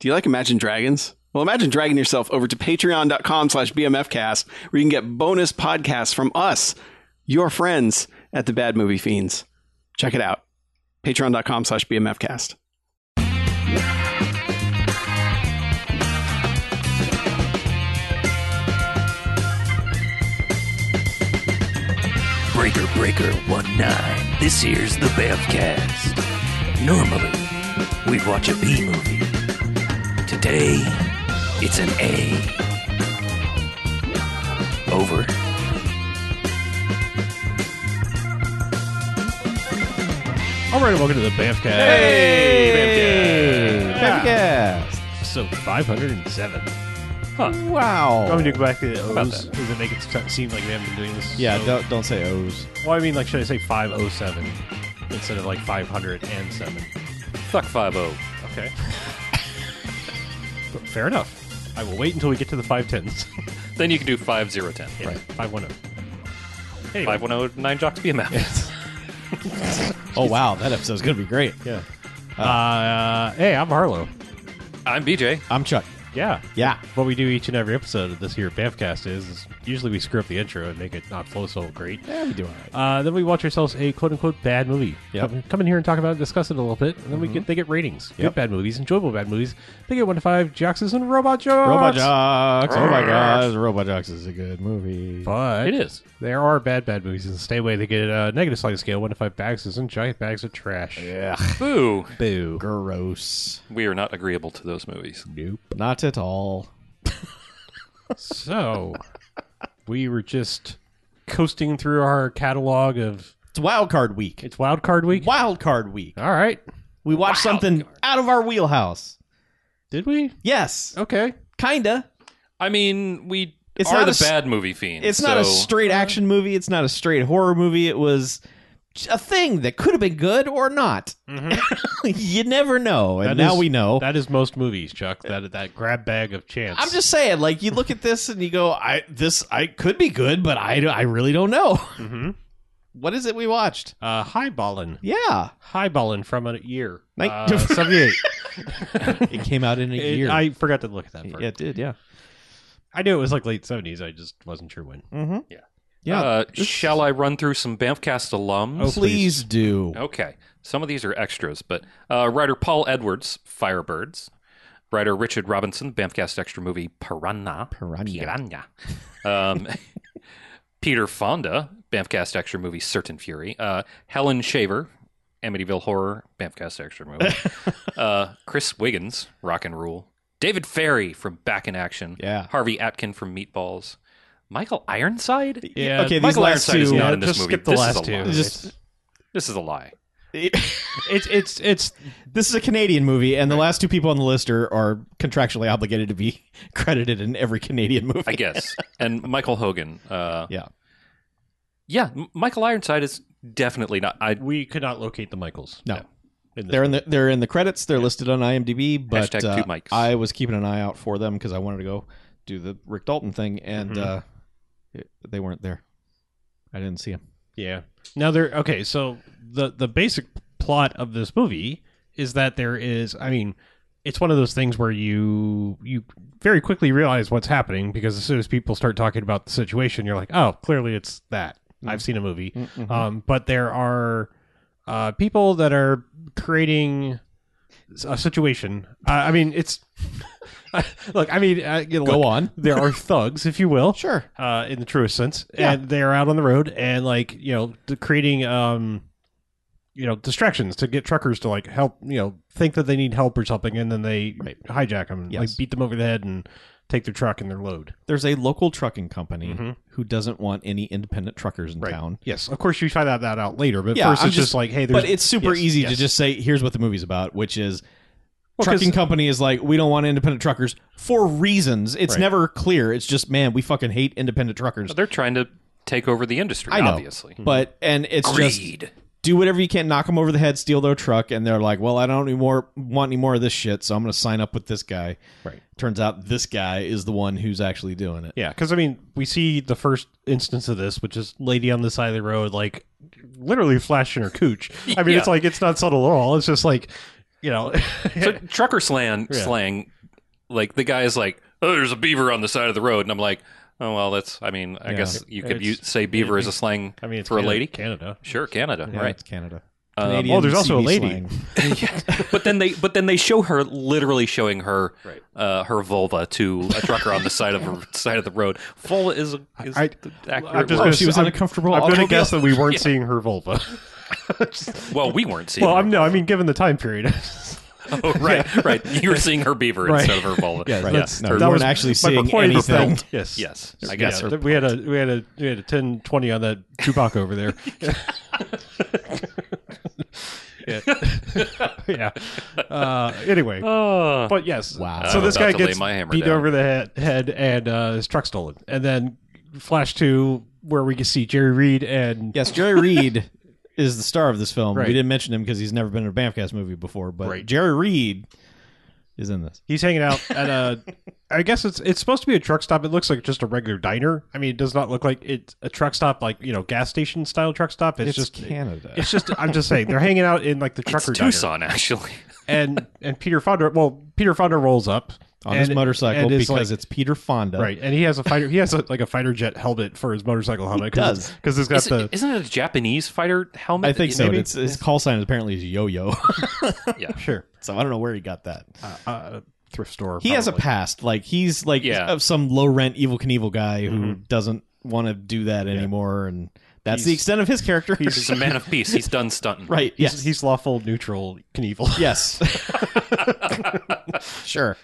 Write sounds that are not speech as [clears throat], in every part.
Do you like Imagine Dragons? Well, imagine dragging yourself over to patreon.com slash bmfcast where you can get bonus podcasts from us, your friends at the Bad Movie Fiends. Check it out. Patreon.com slash bmfcast. Breaker Breaker One Nine. This here's the Bevcast. Normally, we'd watch a B movie. Today, it's an A. Over. All right, welcome to the Bamfcast. Yes. So 507. Wow. I'm going to go back to the About O's. that. Does it make it so- seem like we haven't been doing this? yeah, so- don't, don't say O's. Well, I mean, like, should I say 507 instead of like 507? Fuck oh. 5 0. Okay. But [laughs] Fair enough. I will wait until we get to the [laughs] 510s. Then you can do 5010. Yeah, oh. 510. Anyway. 510 9 oh Jocks BMF. Oh, wow. That episode's going to be great. Yeah. Uh, hey, I'm Harlow. I'm BJ. I'm Chuck. Yeah. Yeah. What we do each and every episode of this here Bamfcast is, is usually we screw up the intro and make it not flow so great. Yeah, we do all right. Uh, then we watch ourselves a quote unquote bad movie. Yep. Mm-hmm. Come, come in here and talk about it, discuss it a little bit, and then we get they get ratings. Good Yep. bad movies, enjoyable bad movies. They get one to five Joxes and Robot Jocks. Robot Jocks. Oh, my gosh. Robot Jocks is a good movie. But It is. There are bad bad movies and stay away. They get a negative sliding scale, one to five bags and giant bags of trash. Yeah. Boo. Boo. Gross. We are not agreeable to those movies. Nope. Not at all. So [laughs] we were just coasting through our catalog of It's wild card week. it's wild card week. Wild card week. All right. We watched something out of our wheelhouse. Did we? Yes. Okay. Kinda. I mean, we It's are not a the s- bad movie fiends. It's not a so- straight action movie. It's not a straight horror movie. It was a thing that could have been good or not. [laughs] you never know. And Mm-hmm. That now is- we know. That is most movies, Chuck. That that grab bag of chance. I'm just saying, like you look at this and you go, I this I could be good, but I I really don't know. [laughs] Mhm. What is it we watched? uh, highballing. Yeah, Highballing from a year. Night- [laughs] Uh, 78. it came out in a It- year. I forgot to look at that part. yeah, it did. Yeah, I knew it was like late 70s. I just wasn't sure when. mm-hmm. Yeah. yeah. Uh, shall I run through some Bamfcast alums? Oh, please, do. Okay. Some of these are extras, but uh, writer Paul Edwards, Firebirds. Writer Richard Robinson, Bamfcast extra movie Piranha. Piranha. Piranha. Um, [laughs] Peter Fonda, Bamfcast extra movie Certain Fury. Uh, Helen Shaver, Amityville Horror, Bamfcast extra movie. [laughs] uh, Chris Wiggins, Rock and Rule. David Ferry from Back in Action. Yeah. Harvey Atkin from Meatballs. Michael Ironside? Yeah, Okay, these Michael last Ironside is two. not Yeah, in this just movie. skip the This is last a two. lie. Just This is a lie. [laughs] It's it's it's this is a Canadian movie, and the last two people on the list are, are contractually obligated to be [laughs] credited in every Canadian movie. I guess. and Michael Hogan. Uh, Yeah. yeah, M- Michael Ironside is definitely not. I we could not locate the Michaels. No. In this [laughs] They're in the they're in the credits. They're listed on IMDb, but Hashtag uh, two mics. I was keeping an eye out for them because I wanted to go do the Rick Dalton thing, and uh, it- they weren't there. I didn't see them. Yeah. Now they're okay, so the the basic plot of this movie is that there is I mean, it's one of those things where you you very quickly realize what's happening because as soon as people start talking about the situation, you're like, "Oh, clearly it's that. I've seen a movie." Um, but there are uh, people that are creating a situation. Uh, I mean, it's [laughs] look. I mean, uh, you know, Go look, on. There [laughs] are thugs, if you will Sure. uh, in the truest sense. Yeah. And they're out on the road and like you know d- creating um, you know distractions to get truckers to like help you know think that they need help or something, and then they Right. hijack them, Yes. like beat them over the head and take their truck and their load. There's a local trucking company Mhm. who doesn't want any independent truckers in town. Yes. Of course, you find out that out later, but 1st Yeah, I'm it's just, just- like hey, there's, But it's super yes, easy to yes. just say, "Here's what the movie's about," which is. Well, 'cause- trucking company is like we don't want independent truckers for reasons. It's Right. never clear. It's just man, we fucking hate independent truckers. they're trying to take over the industry, I know, obviously. but and it's just Greed. do whatever you can, knock them over the head, steal their truck, and they're like, "Well, I don't any more want any more of this shit, so I'm going to sign up with this guy." Right. Turns out this guy is the one who's actually doing it. Yeah, because I mean, we see the first instance of this, which is lady on the side of the road, like literally flashing her cooch. I mean, Yeah. it's like it's not subtle at all. It's just like you know, [laughs] So trucker slang, Yeah. slang, like the guy's like, "Oh, there's a beaver on the side of the road," and I'm like, "Oh well, that's. I mean, I Yeah. guess you could It's- use, say beaver as a slang I mean, it's for Canada- a lady. Canada. Sure, Canada, Yeah, right? It's Canada. Um, Canadian oh, there's also a CB lady. slang. but then they, but then they show her literally showing her, uh, her vulva to a trucker on the side of the side of the road. Vulva is, a- is I- the I'm accurate. just word. gonna She was I'm- uncomfortable. I'm going to automobile. guess that we weren't seeing her vulva. [laughs] well, we weren't seeing. well, her. I'm no, I mean, given the time period. [laughs] [laughs] Oh, right, right. You were seeing her beaver Right. instead of her vulva. Yeah, right. that's- Yes, No, her- that That was was actually My seeing point [laughs] was anything. that- Yes. yes. I Yeah, guess her that we had a we had a we had a 10 20 on that Chewbacca over there. yeah. [laughs] yeah. Uh, anyway, Oh, but yes. Wow. So I'm this about guy to lay gets my hammer beat down. over the head, head and uh, his truck stolen, and then flash to where we can see Jerry Reed and [laughs] Yes, Jerry Reed is the star of this film. Right. We didn't mention him because he's never been in a Bamfcast movie before, but Right. Jerry Reed is in this. he's hanging out at [laughs] a. I guess it's it's supposed to be a truck stop. It looks like just a regular diner. I mean, it does not look like it's a truck stop like you know gas station style truck stop. It's, It's, just Canada. It's just I'm just saying they're hanging out in like the it's trucker diner. Tucson actually. and and Peter Fonda. Well, Peter Fonda rolls up on his and- motorcycle and is because like- it's Peter Fonda. right, and he has a fighter. He has a, like a fighter jet helmet for his motorcycle helmet. does. because it's got Is, the isn't it a Japanese fighter helmet? I think so. Maybe? It's, his call sign apparently is [laughs] Yo Yo. [laughs] sure so I don't know where he got that. uh, thrift store. he has a probably. past. Like he's like Yeah. of some low rent evil Knievel guy who doesn't want to do that anymore, and that's the Mm-hmm. He's- extent of his character. He's a man of peace. He's done [laughs] stunting. right. He's, Yes. he's lawful neutral [laughs] Knievel. [laughs] yes. sure.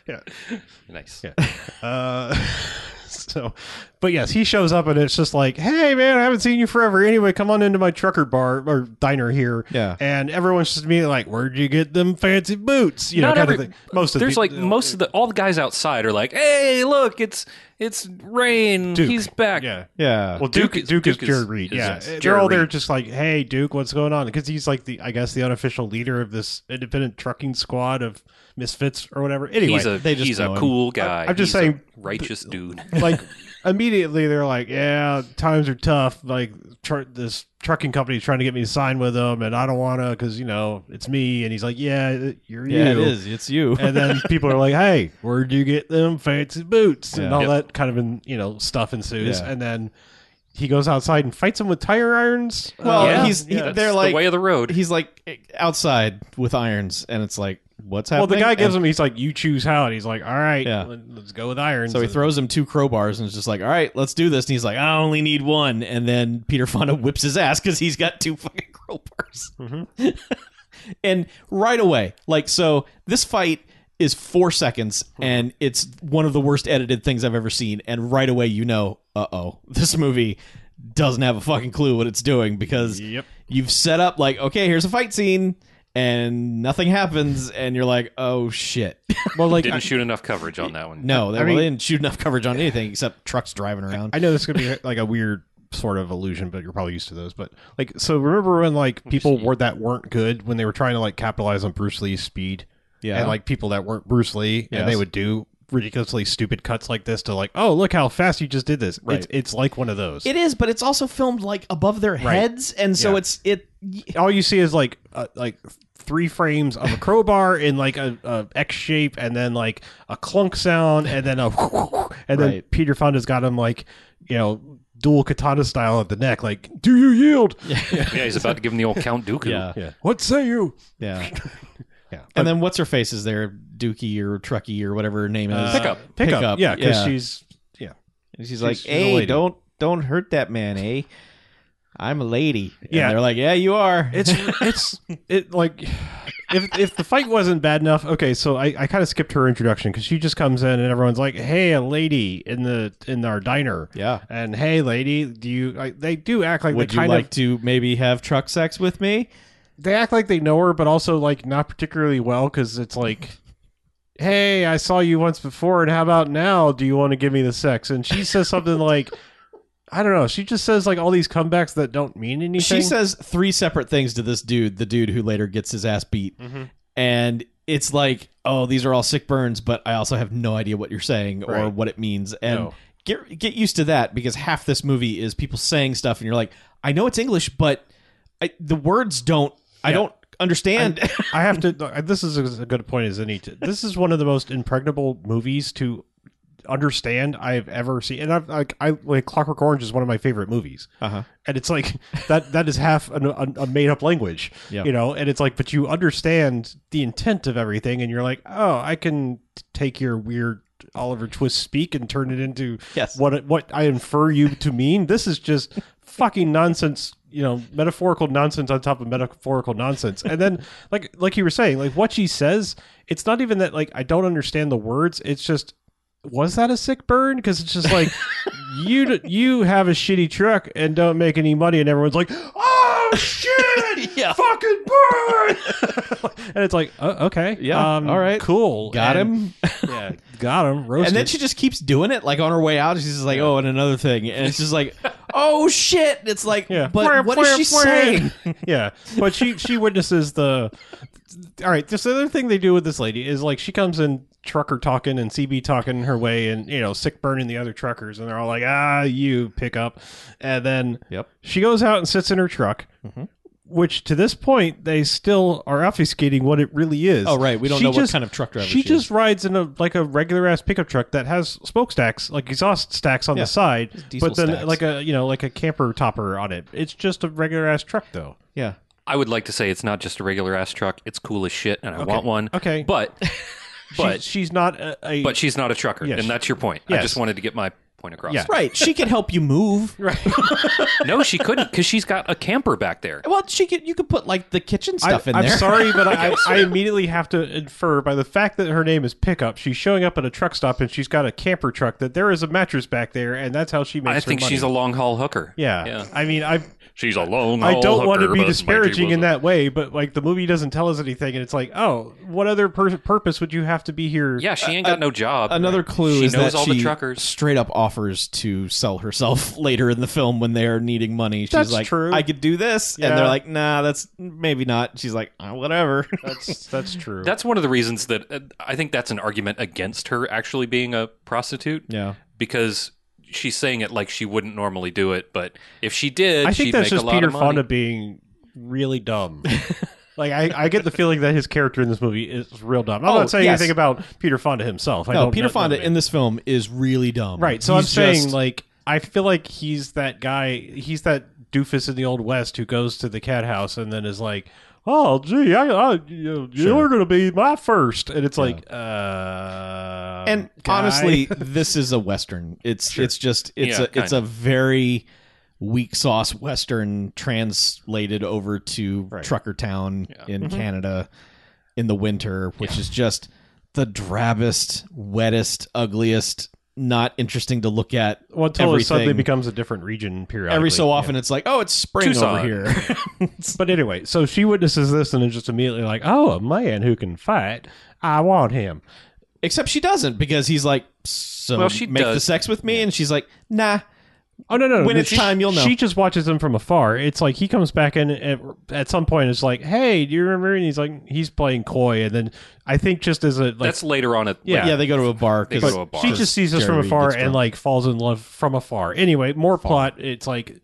Nice. Yeah. Uh, [laughs] so, but yes, he shows up and it's just like, hey man, I haven't seen you forever. Anyway, come on into my trucker bar or diner here. Yeah. and everyone's just immediately like, where'd you get them fancy boots? You Not know, kind every- of thing. Most of the There's peop- like most of the all the guys outside are like, "Hey, look, it's it's rain. Duke. He's back." yeah. Yeah. Well, Duke, Duke is- Duke, is, Duke is- Jared Reed. is- yeah, is they're Jared all there, Reed. just like, "Hey, Duke, what's going on?" Because he's like the, I guess, the unofficial leader of this independent trucking squad of misfits or whatever. Anyway, He's a they just he's know a him. cool guy. I'm just He's a saying- righteous [laughs] dude. like immediately they're like, "Yeah, times are tough. Like tr- this trucking company's trying to get me to sign with them, and I don't want to because you know it's me." And he's like, "Yeah, it- you're yeah, it you." is. It's you. [laughs] And then people are like, "Hey, where'd you get them fancy boots?" and Yeah. all Yep. that kind of in, you know stuff ensues. Yeah. And then he goes outside and fights him with tire irons. Uh, Well, Yeah. he's he, Yeah. That's they're the like way of [laughs] the road. he's like outside with irons, and it's like what's well, happening? the guy gives And him. He's like, "You choose how," and he's like, "All right, Yeah. let- let's go with irons." So he And- throws him two crowbars and is just like, "All right, let's do this." And he's like, "I only need one." And then Peter Fonda whips his ass because he's got two fucking [laughs] crowbars. [laughs] and right away, like, so this fight is four seconds, and it's one of the worst edited things I've ever seen. And right away, you know, uh oh, [laughs] this movie doesn't have a fucking clue what it's doing because Yep. you've set up like, okay, here's a fight scene, and nothing happens, and you're like, oh shit. well, [laughs] like Didn't shoot enough coverage on that one. No, they, well, mean- they didn't shoot enough coverage on anything except trucks driving around. I know this is gonna be like a weird sort of illusion, but you're probably used to those. But like, so remember when like people were that weren't good when they were trying to like capitalize on Bruce Lee's speed, Yeah. and like people that weren't Bruce Lee, Yes. and they would do ridiculously stupid cuts like this to like, oh look how fast you just did this. Right. It's, it's like one of those. it is, but it's also filmed like above their heads, and so Yeah. it's it. All you see is like uh, like three frames of a crowbar in like a, a X shape, and then like a clunk sound, and then a [laughs] and then Right. Peter Fonda's got him like you know dual katana style at the neck, like do you yield? Yeah, he's about to give him the old Count Dooku. Yeah, yeah. What say you? [laughs] And then what's her face is there, Dookie or Truckee or whatever her name is. Pickup. Uh, Pickup, Pickup, yeah, because yeah. she's yeah, And she's like, she's a "Hey, lady. don't don't hurt that man, eh? I'm a lady." And Yeah. they're like, "Yeah, you are." it's it's it like if if the fight wasn't bad enough, okay. So I, I kind of skipped her introduction because she just comes in and everyone's like, "Hey, a lady in the in our diner," [laughs] yeah. and "Hey, lady, do you?" Like, they do act like Would they you kind like of to maybe have truck sex with me? they act like they know her, but also like not particularly well because it's like. Hey, I saw you once before, and how about now? Do you want to give me the sex? And she says something like, "I don't know." She just says like all these comebacks that don't mean anything. She says three separate things to this dude, the dude who later gets his ass beat. Mm-hmm. And it's like, oh, these are all sick burns, but I also have no idea what you're saying or Right. what it means. And No. get get used to that because half this movie is people saying stuff and you're like, I know it's English, but I, the words don't I don't understand. I have to. This is a good point as any. To, this is one of the most impregnable movies to understand I've ever seen, and I've like I like Clockwork Orange is one of my favorite movies, Uh-huh. and it's like [laughs] that that is half an, a, a made up language, Yeah. you know, and it's like but you understand the intent of everything, and you're like, oh, I can take your weird Oliver Twist speak and turn it into Yes. what it- what I infer you to mean. This is just fucking nonsense, you know, metaphorical nonsense on top of metaphorical nonsense. And then like like you were saying, like what she says, it's not even that like I don't understand the words. It's just was that a sick burn? Because it's just [laughs] like you d- you have a shitty truck and don't make any money, and everyone's like, "Oh shit, [laughs] Yeah. fucking burn!" [laughs] and it's like, oh, okay, Yeah, all right. cool, Got And- him. [laughs] yeah, got him, roasted. And then she just keeps doing it, like on her way out. She's just like, "Oh, and another thing," and it's just like, [laughs] "Oh shit!" It's like, Yeah. but what is she saying? [laughs] yeah, but she she witnesses the. All right, this other thing they do with this lady is like she comes in trucker talking and CB talking her way, and you know sick burning the other truckers, and they're all like, ah, you pick up, and then Yep. Mm-hmm. she goes out and sits in her truck. Which to this point they still are obfuscating what it really is. Oh, right. We don't She know what just- kind of truck driver she, she just is. rides in a like a regular ass pickup truck that has smokestacks, like exhaust stacks on Yeah. the side, diesel but then stacks. like a you know like a camper topper on it. It's just a regular ass truck though. Yeah, I would like to say it's not just a regular ass truck. It's cool as shit, and I want one. Okay. but but she's, she's not a, a but she's not a trucker, Yes. and that's your point. I Yes. just wanted to get my point across. Yeah. right. She can help [laughs] you move. no, she couldn't because she's got a camper back there. Well, she could. You could put like the kitchen I, stuff in am there. sorry, but [laughs] I, I immediately have to infer by the fact that her name is Pickup. She's showing up at a truck stop and she's got a camper truck that there is a mattress back there, and that's how she makes. I think her money. she's a long haul hooker. Yeah. Yeah. I mean, I She's a long. I don't want to hooker, be but disparaging maybe in was that way, but like the movie doesn't tell us anything, and it's like, oh, what other pur- purpose would you have to be here? a- Yeah, she ain't got no job. [laughs] Another clue She is knows that all she the truckers. straight up offers to sell herself [laughs] later in the film when they're needing money. She's That's like, true. "I could do this," and Yeah. they're like, "Nah, that's maybe not." She's like, "Ah, "Whatever." [laughs] that's that's true. That's one of the reasons that uh, I think that's an argument against her actually being a prostitute. yeah, because she's saying it like she wouldn't normally do it, but if she did, I she'd think that's make just a lot Peter of money. Fonda being really [laughs] dumb. like I, I get the feeling that his character in this movie is real dumb. I'm Oh, not saying yes. anything about Peter Fonda himself. I no. don't Peter know- know Fonda him. in this film is really dumb. right. So He's I'm saying just- like I feel like he's that guy. He's that doofus in the old west who goes to the cat house and then is like. Oh gee, I, I you, you're gonna be my first, and it's like, uh, and guy. honestly, this is a western. It's it's just it's Yeah, a it's a very weak sauce western translated over to trucker town in Mm-hmm. Canada in the winter, which is just the drabbest, wettest, ugliest, not interesting to look at. well, until it suddenly everything. becomes a different region periodically. Every so often, it's like, oh, it's spring Tucson. over [laughs] here. But anyway, so she witnesses this and is just immediately like, "Oh, a man who can fight. I want him." Except she doesn't because he's like, so Well, she make the does. sex with me, and she's like, nah. Oh no, no! When no, it's she- time, you'll know. She just watches him from afar. It's like he comes back in at, at some point. It's like, "Hey, do you remember?" And he's like, "He's playing coy." And then I think just as a like, That's later on. At, Yeah. Yeah, they go to a bar. 'cause- They go to a bar. she just sees us from Jerry afar gets and drunk. like falls in love from afar. Anyway, more plot. It's like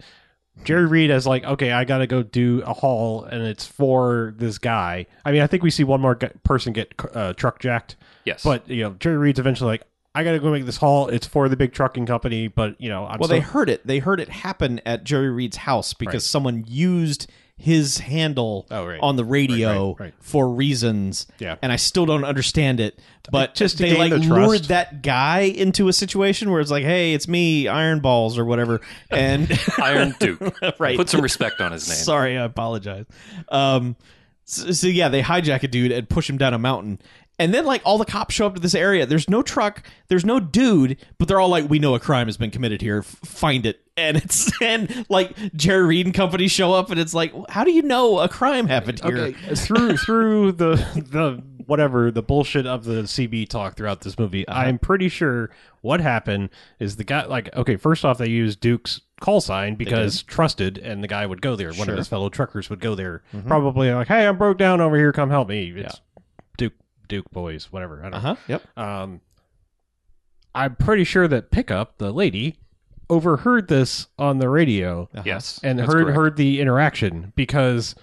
Jerry Reed is like, okay, I gotta go do a haul, and it's for this guy. I mean, I think we see one more gu- person get uh, truck jacked. yes, But you know, Jerry Reed's eventually like, I gotta go make this haul. It's for the big trucking company, but you know, I'm Well, still- they heard it. They heard it happen at Jerry Reed's house because someone used his handle Oh, right. on the radio right, right. for reasons. Yeah. And I still don't understand it. But Just to they gain like the trust. lured that guy into a situation where it's like, hey, it's me, Iron Balls or whatever. [laughs] And Iron Duke. Right. Put some respect on his name. sorry, I apologize. Um so, so yeah, they hijack a dude and push him down a mountain. And then like all the cops show up to this area. There's no truck, there's no dude, but they're all like, "We know a crime has been committed here. F- find it." [laughs] And it's and like Jerry Reed and company show up, and it's like, "How do you know a crime happened here?" Okay, uh, through through the the whatever the bullshit of the CB talk throughout this movie, Uh-huh. I'm pretty sure what happened is the guy like okay, first off they used Duke's call sign because trusted, and the guy would go there. One of his fellow truckers would go there, Mm-hmm. probably like, hey, I'm broke down over here, come help me. It's Duke Duke boys, whatever. I don't know. Uh Uh-huh. huh. Yep. Um, I'm pretty sure that Pickup, the lady, overheard this on the radio Yes, and that's heard correct. heard the interaction because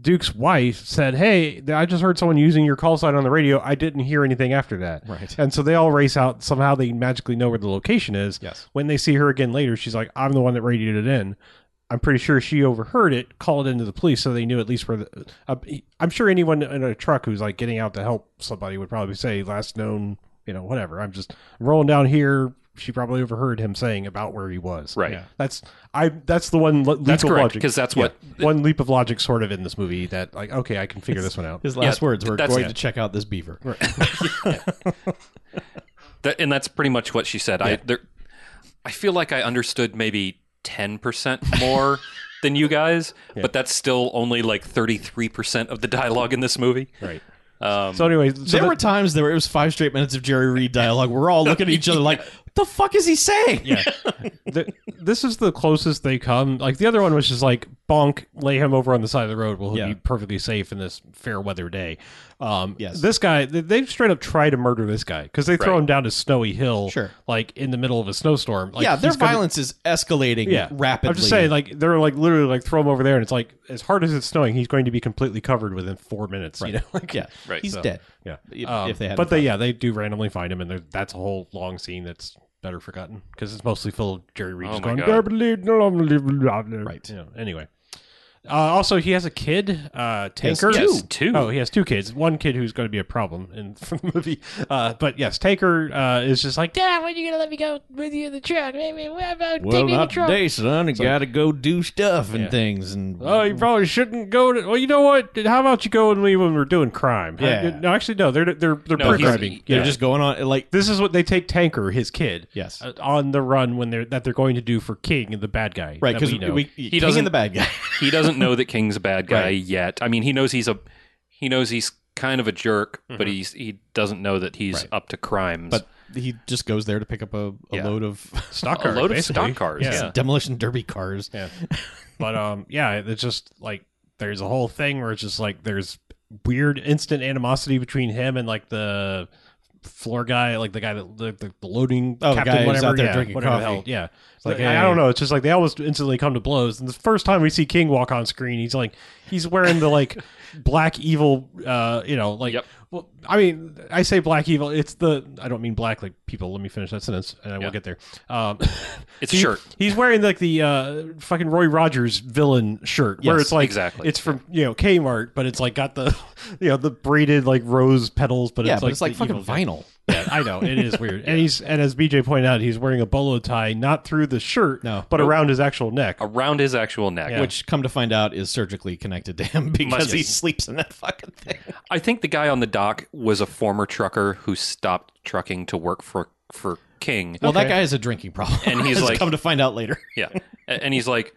Duke's wife said, "Hey, th- I just heard someone using your call sign on the radio. I didn't hear anything after that." Right. And so they all race out. Somehow they magically know where the location is. Yes. When they see her again later, she's like, "I'm the one that radioed it in." I'm pretty sure she overheard it, called into the police, so they knew at least where. The, uh, I'm sure anyone in a truck who's like getting out to help somebody would probably say last known, you know, whatever. I'm just rolling down here. She probably overheard him saying about where he was. Right. That's I. That's the one. le- That's leap of correct, logic. 'cause that's Yeah. what- one leap of logic sort of in this movie that like okay, I can figure this one out. His last Yeah, words were that's- going yeah. to check out this beaver. That, and that's pretty much what she said. I there, I feel like I understood maybe ten percent [laughs] more than you guys, but that's still only like thirty three percent of the dialogue in this movie. Right. Um, So anyway, so there the- were times there were, it was five straight minutes of Jerry Reed dialogue. We're all looking at [laughs] each other like, "What the fuck is he saying?" Yeah, the, this is the closest they come. Like the other one was just like bonk, lay him over on the side of the road. We'll Yeah. be perfectly safe in this fair weather day. Um, Yes. This guy, they, they straight up try to murder this guy because they throw Right. him down to snowy hill, Sure. like in the middle of a snowstorm. Like, yeah. Their he's gonna- violence is escalating yeah, rapidly. I'm just saying, like they're like literally like throw him over there, and it's like as hard as it's snowing, he's going to be completely covered within four minutes. You know, [laughs] [laughs] like yeah, Right. He's So- dead. yeah. If- Um, if they had but to they find yeah they do randomly find him, and they're- that's a whole long scene that's better forgotten because it's mostly full of Jerry Reed Oh just my going. God. "Blah, blah, blah, blah, blah, blah." Right. You know, anyway. Uh, also, he has a kid, uh, Tanker. two. Yes, two. Oh, he has two kids. One kid who's going to be a problem in [laughs] for the movie. Uh, but yes, Tanker uh, is just like, Dad, when are you going to let me go with you in the truck? Maybe, what about taking the truck? son. You got to go do stuff and things. And Oh, you probably shouldn't go to. Well, you know what? How about you go with me when we're doing crime? Uh, Yeah. no, actually, no. They're they're they're No, he's- programming. they're Yeah. just going on like This is what they take Tanker, his kid, Yes. uh, on the run when they're that they're going to do for King, the bad guy, right that because we know. he doesn't- the bad guy. he doesn't know that King's a bad guy Right. yet. I mean, he knows he's a he knows he's kind of a jerk, Mm-hmm. but he's he doesn't know that he's Right. up to [laughs] crimes. but he just goes there to pick up a, a Yeah. load of [laughs] stock a cars, load basically. of stock cars. Yeah. Yeah. demolition derby cars. Yeah, [laughs] but um, yeah, it's just like there's a whole thing where it's just like there's weird instant animosity between him and like the floor guy, like the guy that the, the, the loading Oh, the captain, guy who's whatever, out there yeah, drinking whatever the coffee. hell, yeah. like, like I, I don't hey. know. It's just like they almost instantly come to blows. And the first time we see King walk on screen, he's like he's wearing the [laughs] like black evil, uh, you know, like. Yep. Well, I mean, I say black evil. It's the I don't mean black like people. Let me finish that sentence, and I will Yeah. get there. Um, It's he- shirt. He's wearing like the uh, fucking Roy Rogers villain shirt, where Yes, it's like exactly. it's from you know Kmart, but it's like got the [laughs] you know the braided like rose petals, but Yeah, it's but like it's like the fucking evil guy. vinyl. Yeah, I know it is [laughs] weird, and he's and as BJ pointed out, he's wearing a bolo tie not through the shirt, No. but around his actual neck. around his actual neck. Yeah. Which Which, come to find out, is surgically connected to him [laughs] because he sleeps in that fucking thing. I think the guy on the dock was a former trucker who stopped trucking to work for for King. Well, that guy has a drinking problem, And [laughs] he's As like- come to find out later. [laughs] Yeah. A- And he's like,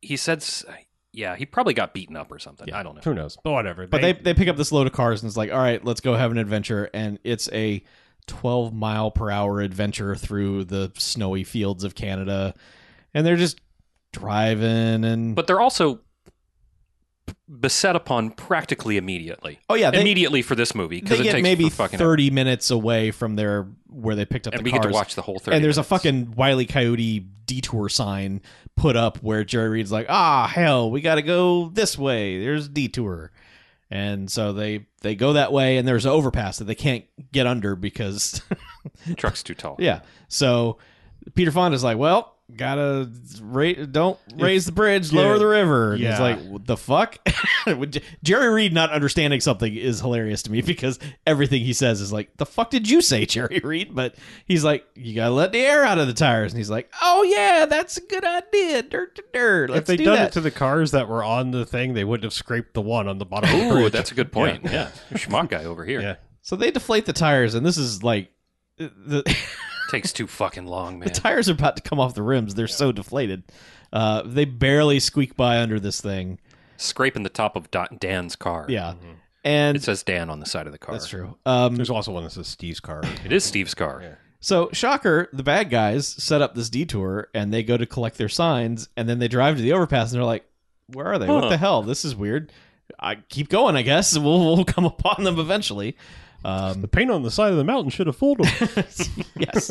he said, s- yeah, he probably got beaten up or something. I don't know. Who knows? But whatever. But they, they pick up this load of cars and it's like, all right, let's go have an adventure. And it's a 12 mile per hour adventure through the snowy fields of Canada. And they're just driving and. But they're also p- beset upon practically immediately. oh, yeah. They, immediately for this movie they because it get takes maybe for fucking 30 minutes away from their where they picked up and the we cars. get to watch the whole thing. and there's a fucking Wiley Coyote detour sign put up where Jerry Reed's like, ah, hell, we got to go this way. There's a detour. And so they they go that way, and there's an overpass that they can't get under because truck's too tall. Yeah. So Peter Fonda's like, well, gotta ra- don't raise the bridge, lower yeah. the river. And He's Yeah. like, what the fuck? [laughs] With J- Jerry Reed not understanding something is hilarious to me because everything he says is like, the fuck did you say, [laughs] Jerry Reed? But he's like, you gotta let the air out of the tires. And he's like, oh yeah, that's a good idea. Dirt to dirt. if Let's they'd do done that. it to the cars that were on the thing, they wouldn't have scraped the one on the bottom of the Ooh, bridge. that's a good point. Yeah, [laughs] schmuck guy over here Yeah. so they deflate the tires, and this is like. uh, The, [laughs] takes too fucking long, man. The tires are about to come off the rims. They're so deflated. Uh, they barely squeak by under this thing. Scraping the top of Da- Dan's car. Yeah. And it says Dan on the side of the car. that's true. Um, There's also one that says Steve's car. It is Steve's car. so Shocker, the bad guys set up this detour and they go to collect their signs and then they drive to the overpass and they're like, where are they? What Huh. the hell? This is weird. I keep going, I guess. [laughs] We'll, we'll come upon them eventually. Um, The paint on the side of the mountain should have fooled them. [laughs] yes.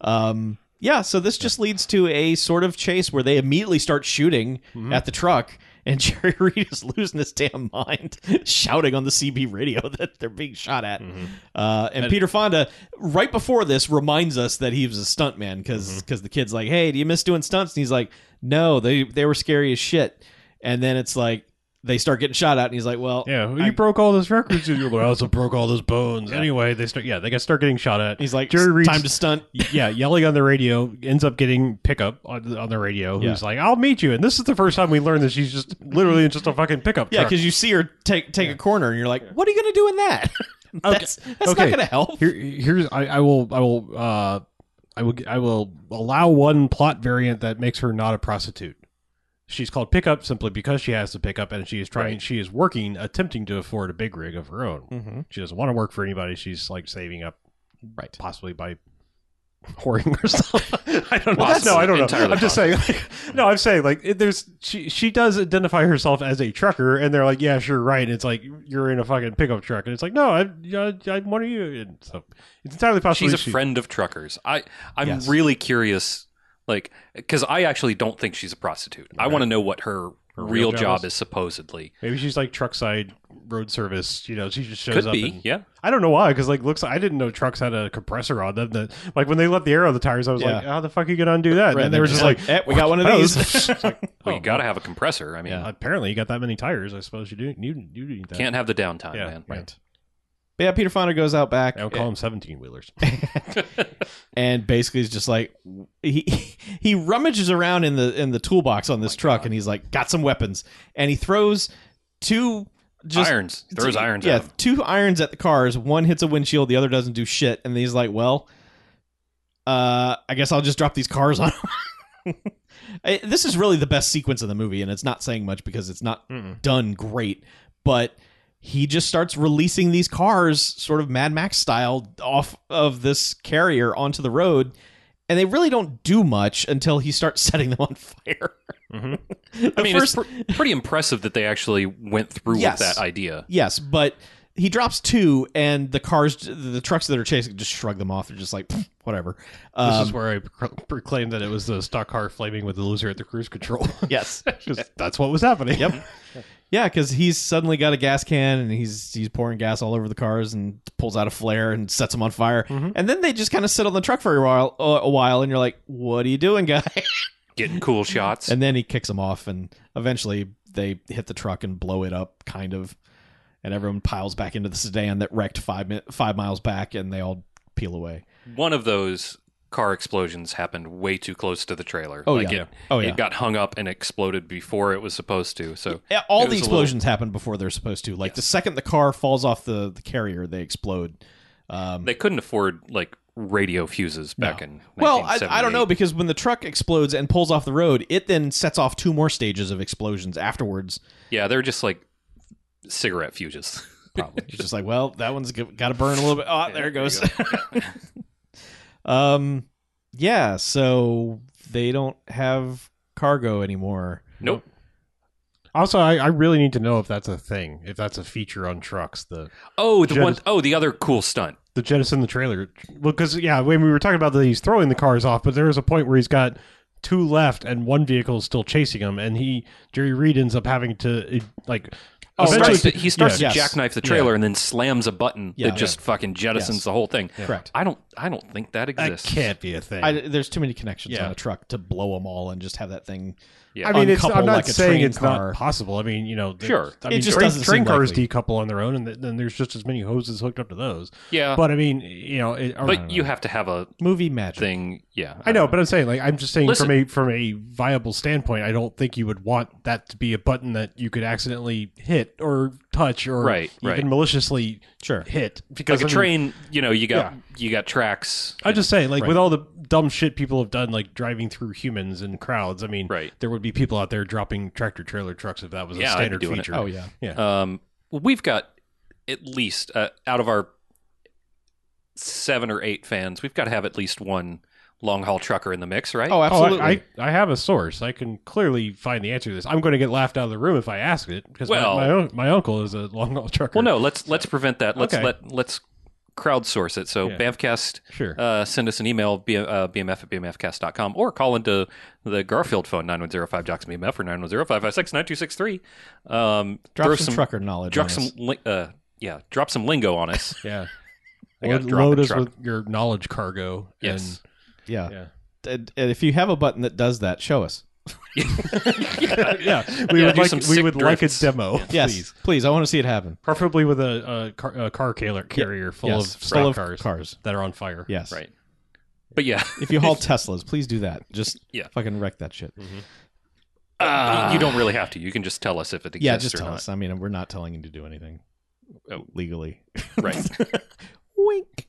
Um, Mm-hmm. yeah, so this just leads to a sort of chase where they immediately start shooting at the truck and [laughs] Jerry Reed is losing his damn mind, [laughs] shouting on the CB radio [laughs] that they're being shot at. Mm-hmm. Uh, and Peter Fonda, right before this, reminds us that he was a stuntman because Mm-hmm. the kid's like, "Hey, do you miss doing stunts?" And he's like, "No, they they were scary as shit." And then it's like they start getting shot at, and he's like, "Well, Yeah, well, you broke all those records. and You're like, I also broke all those bones. Anyway, they start. Yeah, they got start getting shot at. He's like, Jerry Reed's- time to stunt. yeah, yelling on the radio ends up getting pickup on the, on the radio. Who's like, "I'll meet you." And this is the first time we learn that she's just literally in just a fucking pickup Yeah, truck. because you see her take take a corner, and you're like, "What are you gonna do in that?" [laughs] that's that's Okay. not gonna help. Here, here's I, I will I will uh, I will I will allow one plot variant that makes her not a prostitute. She's called pickup simply because she has to pick up, and she is trying. She is working, attempting to afford a big rig of her own. Mhm. She doesn't want to work for anybody. She's like saving up, Right. Possibly by whoring herself. [laughs] [laughs] I don't know. that's no, I don't know. entirely I'm just saying. Like, no, I'm saying like it- there's she she does identify herself as a trucker, and they're like, yeah, sure, right. And it's like you're in a fucking pickup truck, and it's like, no, I'm I, I'm one of you. And so it's entirely possible She's a she- friend of truckers. I I'm Yes. really curious, like, because I actually don't think she's a prostitute. I want to know what her, real job is, supposedly. Maybe she's like truckside road service. You know, she just shows Could up. be, and- yeah. I don't know why, because like looks, I didn't know trucks had a compressor on them. That like when they let the air on the tires, I was like, Yeah. how the fuck are you gonna undo that? And then they were just like, eh, we got one of "Oh, [laughs] these. this is-" It's like, [laughs] Well, oh, you got to have a compressor. I mean, apparently you got that many tires. I suppose you do. You, you need that. can't have the downtime, Yeah, man. yeah. But yeah, Peter Fonda goes out back, I'll call them seventeen [laughs] wheelers. and basically is just like he [laughs] he rummages around in the in the toolbox on Oh this truck, and he's like, "Got some weapons," and he throws two just irons throws irons. Yeah, At him. two irons at the cars. One hits a windshield, the other doesn't do shit, and he's like, "Well, uh, I guess I'll just drop these cars on." [laughs] 'em." I- this is really the best sequence in the movie, and it's not saying much because it's not done great, but he just starts releasing these cars, sort of Mad Max style, off of this carrier onto the road. And they really don't do much until he starts [laughs] setting them on fire. I mean, first- it's pr- pretty impressive that they actually went through Yes. with that idea. Yes, but he drops two, and the cars, the trucks that are chasing, just shrug them off. They're just like, "Pfft, whatever. This [laughs] Um, is where I proc- proclaimed that it was the stock car flaming with the loser at the cruise [laughs] control. yes, [laughs] 'Cause that's what was happening. yep, yeah, because he's suddenly got a gas can and he's he's pouring gas all over the cars and pulls out a flare and sets them on fire. Mm-hmm. And then they just kind of sit on the truck for a while, uh, a while, and you're like, "What are you doing, [laughs] guy?" Getting cool shots. And then he kicks them off, and eventually they hit the truck and blow it up, kind of. And everyone piles back into the sedan that wrecked five mi- five miles back, and they all peel away. One of those car explosions happened way too close to the trailer. Oh, like yeah. It, Oh, yeah. It got hung up and exploded before it was supposed to. So Yeah, all the It was a little- explosions happen before they're supposed to. Like the second the car falls off the, the carrier, they explode. Um, they couldn't afford like radio fuses back in. well, I, I don't know 1978. because when the truck explodes and pulls off the road, it then sets off two more stages of explosions afterwards. Yeah, they're just like cigarette fuses. [laughs] Probably it's just like, well, that one's got to burn a little bit. Oh, there it goes. [laughs] um, yeah. So they don't have cargo anymore. nope. Also, I, I really need to know if that's a thing, if that's a feature on trucks. The Oh, the Jet- one oh the other cool stunt. the jettison the trailer. Well, because yeah, when we were talking about that, he's throwing the cars off, but there is a point where he's got two left and one vehicle is still chasing him, and he Jerry Reed ends up having to eh, like. Oh, He starts eventually- to- he starts yes. to jackknife the trailer and then slams a button Yeah. that just fucking jettisons Yes. the whole thing. Correct. I don't I don't think that exists. be a thing. I, I, there's too many connections Yeah. on a truck to blow them all and just have that thing. Yeah. mean, it's, I'm uncouple not like a saying train it's car. not possible. I mean, you know, the- Sure. I It mean, just train, doesn't train seem cars likely. decouple on their own, and th- then there's just as many hoses hooked up to those. Yeah. But, But I mean, you know, it, or- you have to have a Movie magic. thing. Yeah. I know, but I'm saying like I'm just saying Listen- from a from a viable standpoint, I don't think you would want that to be a button that you could accidentally hit or touch or Right, even right. maliciously Sure. hit because Like I mean, a train, you know, you got Yeah. you got tracks. I just say like with all the dumb shit people have done, like driving through humans and crowds. I mean, Right. there would be people out there dropping tractor trailer trucks if that was a Yeah, I'd be standard doing it. feature. Oh yeah. yeah. Um, we've got at least uh, out of our seven or eight fans, we've got to have at least one long haul trucker in the mix, right? Oh, absolutely. Oh, I, I, I have a source. I can clearly find the answer to this. I'm going to get laughed out of the room if I ask it because Well- my, my, un- my uncle is a long haul trucker. well, no. Let's let's prevent that. Let's Okay. let let's crowdsource it. So Yeah. Bamfcast, Sure. uh, send us an email, B- uh, bmf at bmfcast.com, or call into the Garfield phone, 9105 Jocks BMF or 9105 56 9263. Um, Drop throw some, trucker knowledge. Drop on some, us. li- uh, yeah, drop some lingo [laughs] on us. Yeah. I Or got drop load and us truck. with your knowledge cargo. Yes. Yeah. Yeah. And, and if you have a button that does that, show us. And, [laughs] [laughs] yeah. We Yeah, would do like some we sick would like a drifts. demo. Yes, Please. please. I want to see it happen. Preferably with a, a, car, a car carrier, carrier full yes, of full scrap of cars, cars. that are on fire. Yes. Right. But yeah, If you [laughs] haul Teslas, please do that. Just Yeah. fucking wreck that shit. you don't really have to. You can just tell us if it exists Ah. yeah, just or tell not. us. I mean, we're not telling you to do anything Oh. legally. [laughs] Right. Wink.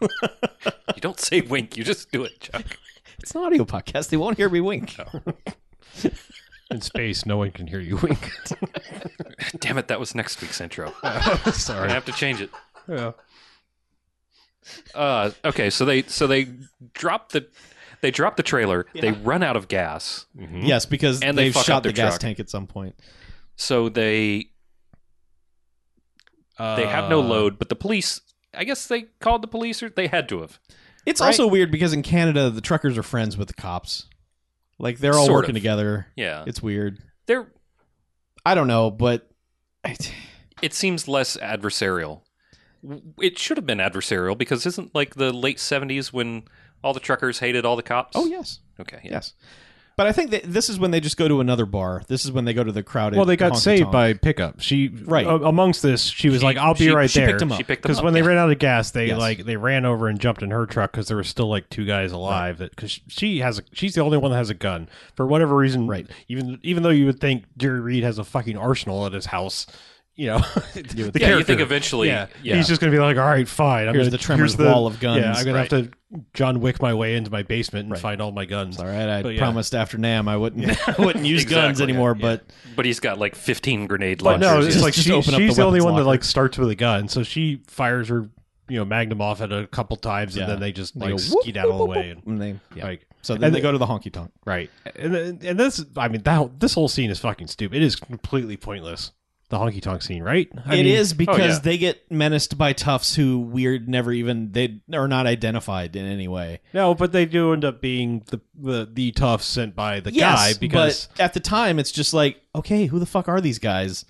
You don't say wink. You just do it, Chuck. It's an audio podcast. They won't hear me wink. In space, no one can hear you [laughs] wink. Damn it, that was next week's [laughs] intro. I Sorry. have to change it. Yeah. Uh, okay, so they so they drop the they drop the trailer. They run out of gas, Yes, because Hmm. And they they've fuck up shot the their gas truck. tank at some point. so they they have no Uh, load. But the police, I guess they called the police, or they had to have. It's Right. also weird because in Canada, the truckers are friends with the cops. Like they're all Sort working of. together. Yeah, It's weird. they're. I don't know, but It seems less adversarial. It should have been adversarial because isn't like the late seventies when all the truckers hated all the cops. oh yes, Okay. Yeah. yes. But I think that this is when they just go to another bar. This is when they go to the crowded. Well, they got saved honky-tonk. by pickup. She Right. a- amongst this, she was She- like, "I'll be she- right she there." picked 'em up. She picked them Because up, when yeah. they ran out of gas, they Yes. like they ran over and jumped in her truck because there were still like two guys alive. That because she has a, she's the only one that has a gun for whatever reason. Right. Even even though you would think Jerry Reed has a fucking arsenal at his house, you [laughs] know. the yeah, you character. think eventually, yeah, yeah. he's just gonna be like, "All right, fine." I'm Here's gonna- the Tremors here's wall of guns. Yeah, I'm gonna have to John Wick my way into my basement and find all my guns. It's all right. I But, yeah. promised after Nam I wouldn't [laughs] I wouldn't use guns Exactly, anymore. yeah. But but he's got like fifteen grenade But launchers. no, it's yeah. like Just she, open up the she's the, only weapons one that locker. like starts with a gun, so she fires her you know magnum off at a couple times, Yeah. and then they just They like go, whoop, skeet out of the whoop, way. And, and Mm, they, yeah. Like so then and they the- go to the honky tonk. right, and and this I mean that this whole scene is fucking stupid. It is completely pointless. The honky tonk scene, right? I It is mean, oh, because yeah. they get menaced by toughs who weird never even they are not identified in any way. no, but they do end up being the the, the tough sent by the yes, guy because but at the time it's just like okay, who the fuck are these guys?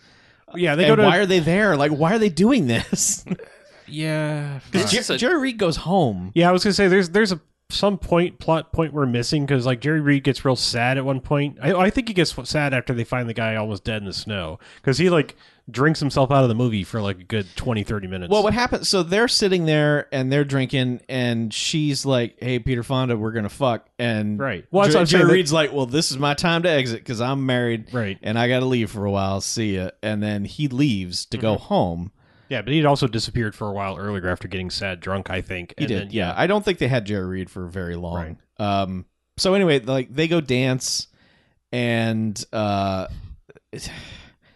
yeah they and go to why are they there? Like why are they doing this? [laughs] yeah Because It's a- Jerry Reed goes home. Yeah, I was gonna say there's there's a some point plot point we're missing because like Jerry Reed gets real sad at one point. I, I think he gets sad after they find the guy almost dead in the snow because he like drinks himself out of the movie for like a good 20, 30 minutes. Well, what happens? So they're sitting there and they're drinking, and she's like, "Hey, Peter Fonda, we're gonna fuck." And Right. Well, Well, that's what I'm Jerry saying, that- Reed's like, "Well, this is my time to exit because I'm married, Right. And I gotta leave for a while. See ya." And then he leaves to Mm-hmm. go home. Yeah, but he'd also disappeared for a while earlier after getting sad drunk. I think He And did. then- yeah. I don't think they had Jerry Reed for very long. Um. So anyway, like they go dance, and uh,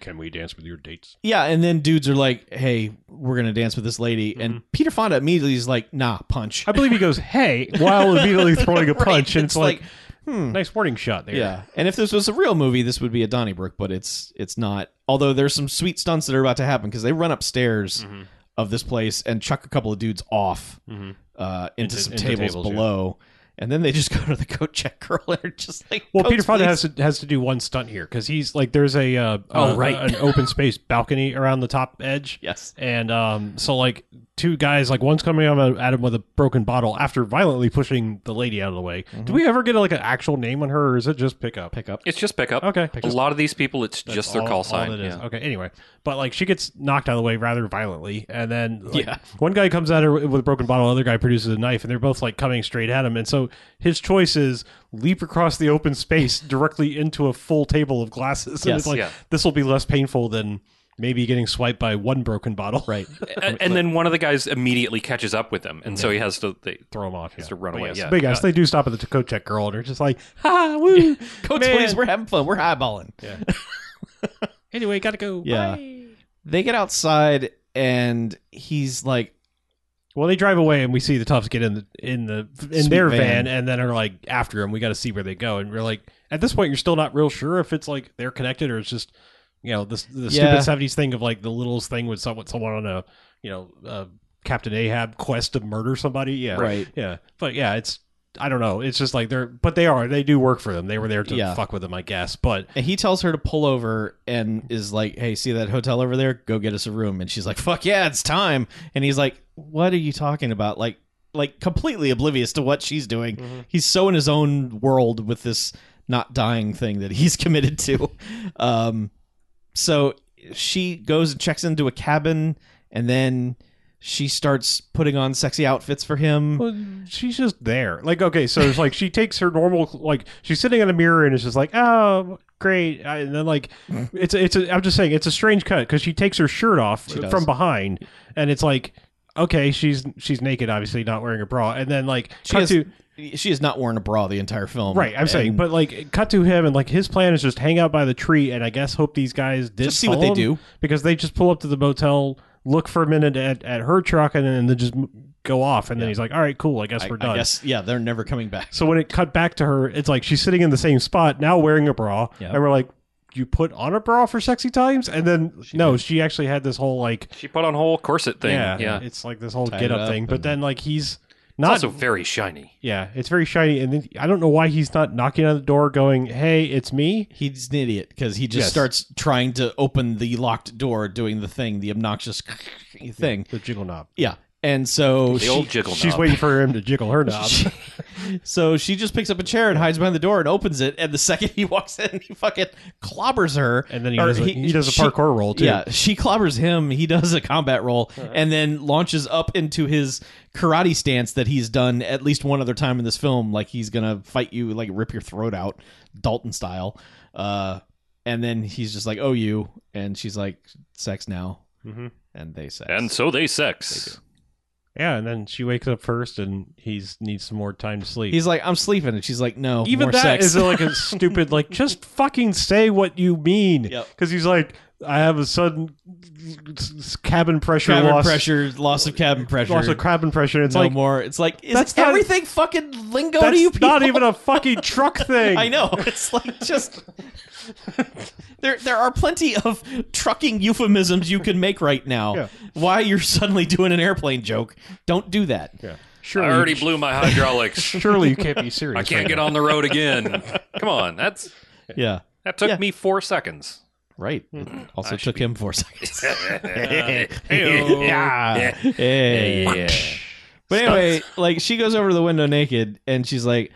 Can we dance with your dates? yeah, and then dudes are like, "Hey, we're gonna dance with this lady," Mm-hmm. and Peter Fonda immediately is like, "Nah, punch." I believe he goes hey [laughs] while immediately [laughs] throwing a Right, punch, and it's, like, hmm. nice warning shot there. Yeah, and if this was a real movie, this would be a Donnybrook, but it's it's not. Although there's some sweet stunts that are about to happen because they run upstairs of this place and chuck a couple of dudes off uh, into, Into- some into tables, tables, yeah. below, and then they [laughs] just go to the coat check girl [laughs] and are just like, Well, "Coats, Peter Fonda please." has to has to do one stunt here because he's like there's a uh, Oh, uh, right. an open space balcony around the top edge. Yes. and um, so like two guys like one's coming up at him with a broken bottle after violently pushing the lady out of the way. Do we ever get like an actual name on her, or is it just pickup? pick [laughs] up. It's just pickup. Okay. A lot of these people, it's just their all- all call sign. that is. yeah. Okay, anyway, but like she gets knocked out of the way rather violently, and then like, Yeah. one guy comes at her with a broken bottle, other guy produces a knife, and they're both like coming straight at him. And so his choice is leap across the open space [laughs] directly into a full table of glasses. And Yes. it's like Yeah. this will be less painful than maybe getting swiped by one broken bottle. [laughs] Right. and, and then one of the guys immediately catches up with him, and so he has to. They, Throw him off. Has to run away, yeah. But yes, they do stop at the coat check girl, and they're just like, "Ha, [laughs] woo, Coats, man. please. We're having fun. We're highballing. Anyway, gotta go. Yeah. Bye. They get outside and he's like, Well, they drive away, and we see the toughs get in the in the in Sweet their van. van. and then are like after them. We got to see where they go, and we're like, at this point, you're still not real sure if it's like they're connected or it's just, you know, this the Yeah. stupid seventies thing of like the littlest thing with someone someone on a you know uh, Captain Ahab quest to murder somebody. Yeah, Right. Yeah, but yeah, it's I don't know. It's just like they're, but they are. They do work for them. They were there to Yeah. fuck with them, I guess. But And he tells her to pull over and is like, "Hey, see that hotel over there? Go get us a room." And she's like, "Fuck yeah, it's time." And he's like, "What are you talking about?" Like like completely oblivious to what she's doing. Mm-hmm. He's so in his own world with this not dying thing that he's [laughs] committed to. Um so she goes and checks into a cabin and then she starts putting on sexy outfits for him. Well, she's just there. Like, okay, so it's like she takes her normal, like she's sitting in a mirror and it's just like, oh, great. I, and then like, Mm-hmm. it's a- it's. A, I'm just saying, it's a strange cut because she takes her shirt off She does. from behind, and it's like, okay, she's she's naked, obviously not wearing a bra, and then like She cut has, to she has not worn a bra the entire film. right. I'm saying, And but like, cut to him and like his plan is just hang out by the tree and I guess hope these guys did Just see what they follow him, do. because they just pull up to the motel. Look for a minute at, at her truck and then, then just m- go off. And then he's like, "All right, cool. I guess I, we're done." I guess yeah, they're never coming back. So when it cut back to her, it's like she's sitting in the same spot now, wearing a bra, Yeah. and we're like, "You put on a bra for sexy times?" And then no, she actually had this whole like, She put on a whole corset thing. yeah, Yeah. it's like this whole Tied get it up up thing. But and- then like he's It's not, also very shiny. yeah, it's very shiny, and then, I don't know why he's not knocking on the door, going, "Hey, it's me." He's an idiot because he just Yes. starts trying to open the locked door, doing the thing, the obnoxious thing. The jiggle knob. Yeah, and so The [laughs] she, old jiggle She's knob. waiting for him to jiggle [laughs] her knob. she- so she just picks up a chair and hides behind the door and opens it. And the second he walks in, he fucking clobbers her. And then he Or does a- he does a parkour roll, too. Yeah, she clobbers him. He does a combat roll and then launches up into his karate stance that he's done at least one other time in this film. Like he's gonna fight you, like rip your throat out, Dalton style. Uh, and then he's just like, "Oh, you," and she's like, "Sex now," Mhm. and they sex. And so they sex. yeah, and then she wakes up first, and he's needs some more time to sleep. he's like, "I'm sleeping," and she's like, "No, Even more that sex." is like [laughs] a stupid, like, just fucking say what you mean. Yep. Because he's like, I have a sudden s- s- cabin pressure [laughs] cabin loss. pressure, loss of cabin pressure. Loss of cabin pressure. It's no like, more. It's like is That's not- everything fucking lingo that's to you people? not even a fucking [laughs] truck thing. I know. It's like just [laughs] there. There are plenty of trucking euphemisms you can make right now. Yeah. Why you're suddenly doing an airplane joke? Don't do that. I Surely, already blew my hydraulics. surely [laughs] you can't be serious. I can't right get now. on the road again. Come on. That's Yeah. that took Yeah. me four seconds. Right. Also took him four [laughs] seconds. [laughs] [laughs] yeah. yeah. Hey. But anyway, like she goes over to the window naked and she's like,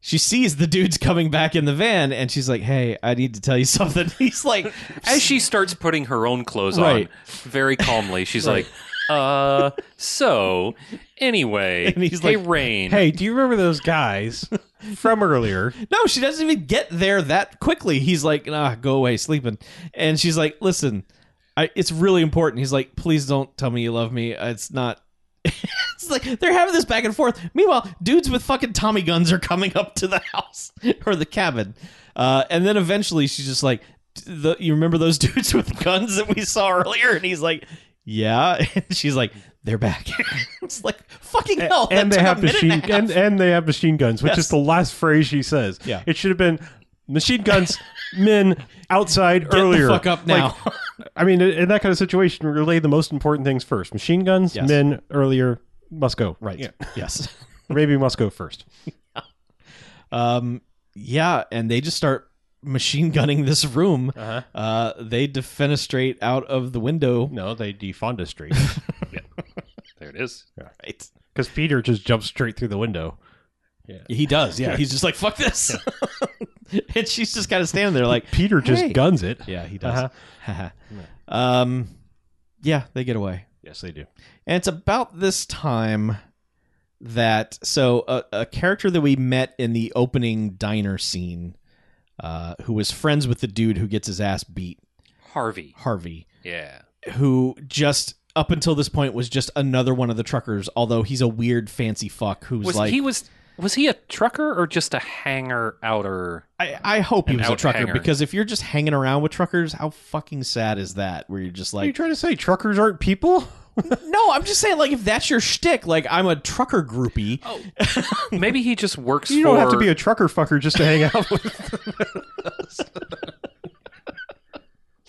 she sees the dudes coming back in the van and she's like, hey, I need to tell you [laughs] something. He's [laughs] like, As she starts putting her own clothes Right. on, very calmly, she's like, "Uh, so anyway, And he's hey, like, Rain, Hey, do you remember those [laughs] guys from earlier? No, she doesn't even get there that quickly. He's like, nah, go away, sleeping. And she's like, listen, I, it's really important. He's like, please don't tell me you love me. It's not. [laughs] it's like they're having this back and forth. Meanwhile, dudes with fucking Tommy guns are coming up to the [laughs] house or the cabin. Uh, and then eventually she's just like, the, you remember those [laughs] dudes with guns that we saw earlier? And he's like, yeah. [laughs] And she's like, they're back. [laughs] it's like, fucking hell. that and they took a have minute machine and a half. and, and they have machine guns, which Yes. is the last phrase she says. Yeah. It should have been machine [laughs] guns, men outside Get earlier. the fuck up Like, now. [laughs] I mean, in that kind of situation, relay the most important things first: machine guns, Yes. men, earlier, must go. right. Yeah. Yes. Or maybe must go first. Um, yeah, and they just start machine gunning this room. Uh-huh. Uh, they defenestrate out of the window. No, they defond a [laughs] street there it is." Right. because Peter just jumps straight through the window. He does. Yeah. He's just like, fuck this. [laughs] and she's just kind of standing there like, Peter just Hey. guns it. yeah, he does. Uh-huh. [laughs] um, yeah, they get away. Yes, they do. And it's about this time that so a, a character that we met in the opening diner scene, uh, who was friends with the dude who gets his ass beat, Harvey, Harvey. yeah, who just up until this point was just another one of the truckers, although he's a weird fancy fuck who's was like he was was he a trucker or just a hanger outer? I, I hope he an was a trucker outhanger. because if you're just hanging around with truckers, how fucking sad is that? Where you're just What are you like trying to say? Truckers aren't people? No, I'm just saying like if that's your shtick, like I'm a trucker groupie. Oh, maybe he just [laughs] works. You for, don't have to be a [laughs] trucker fucker just to hang out with.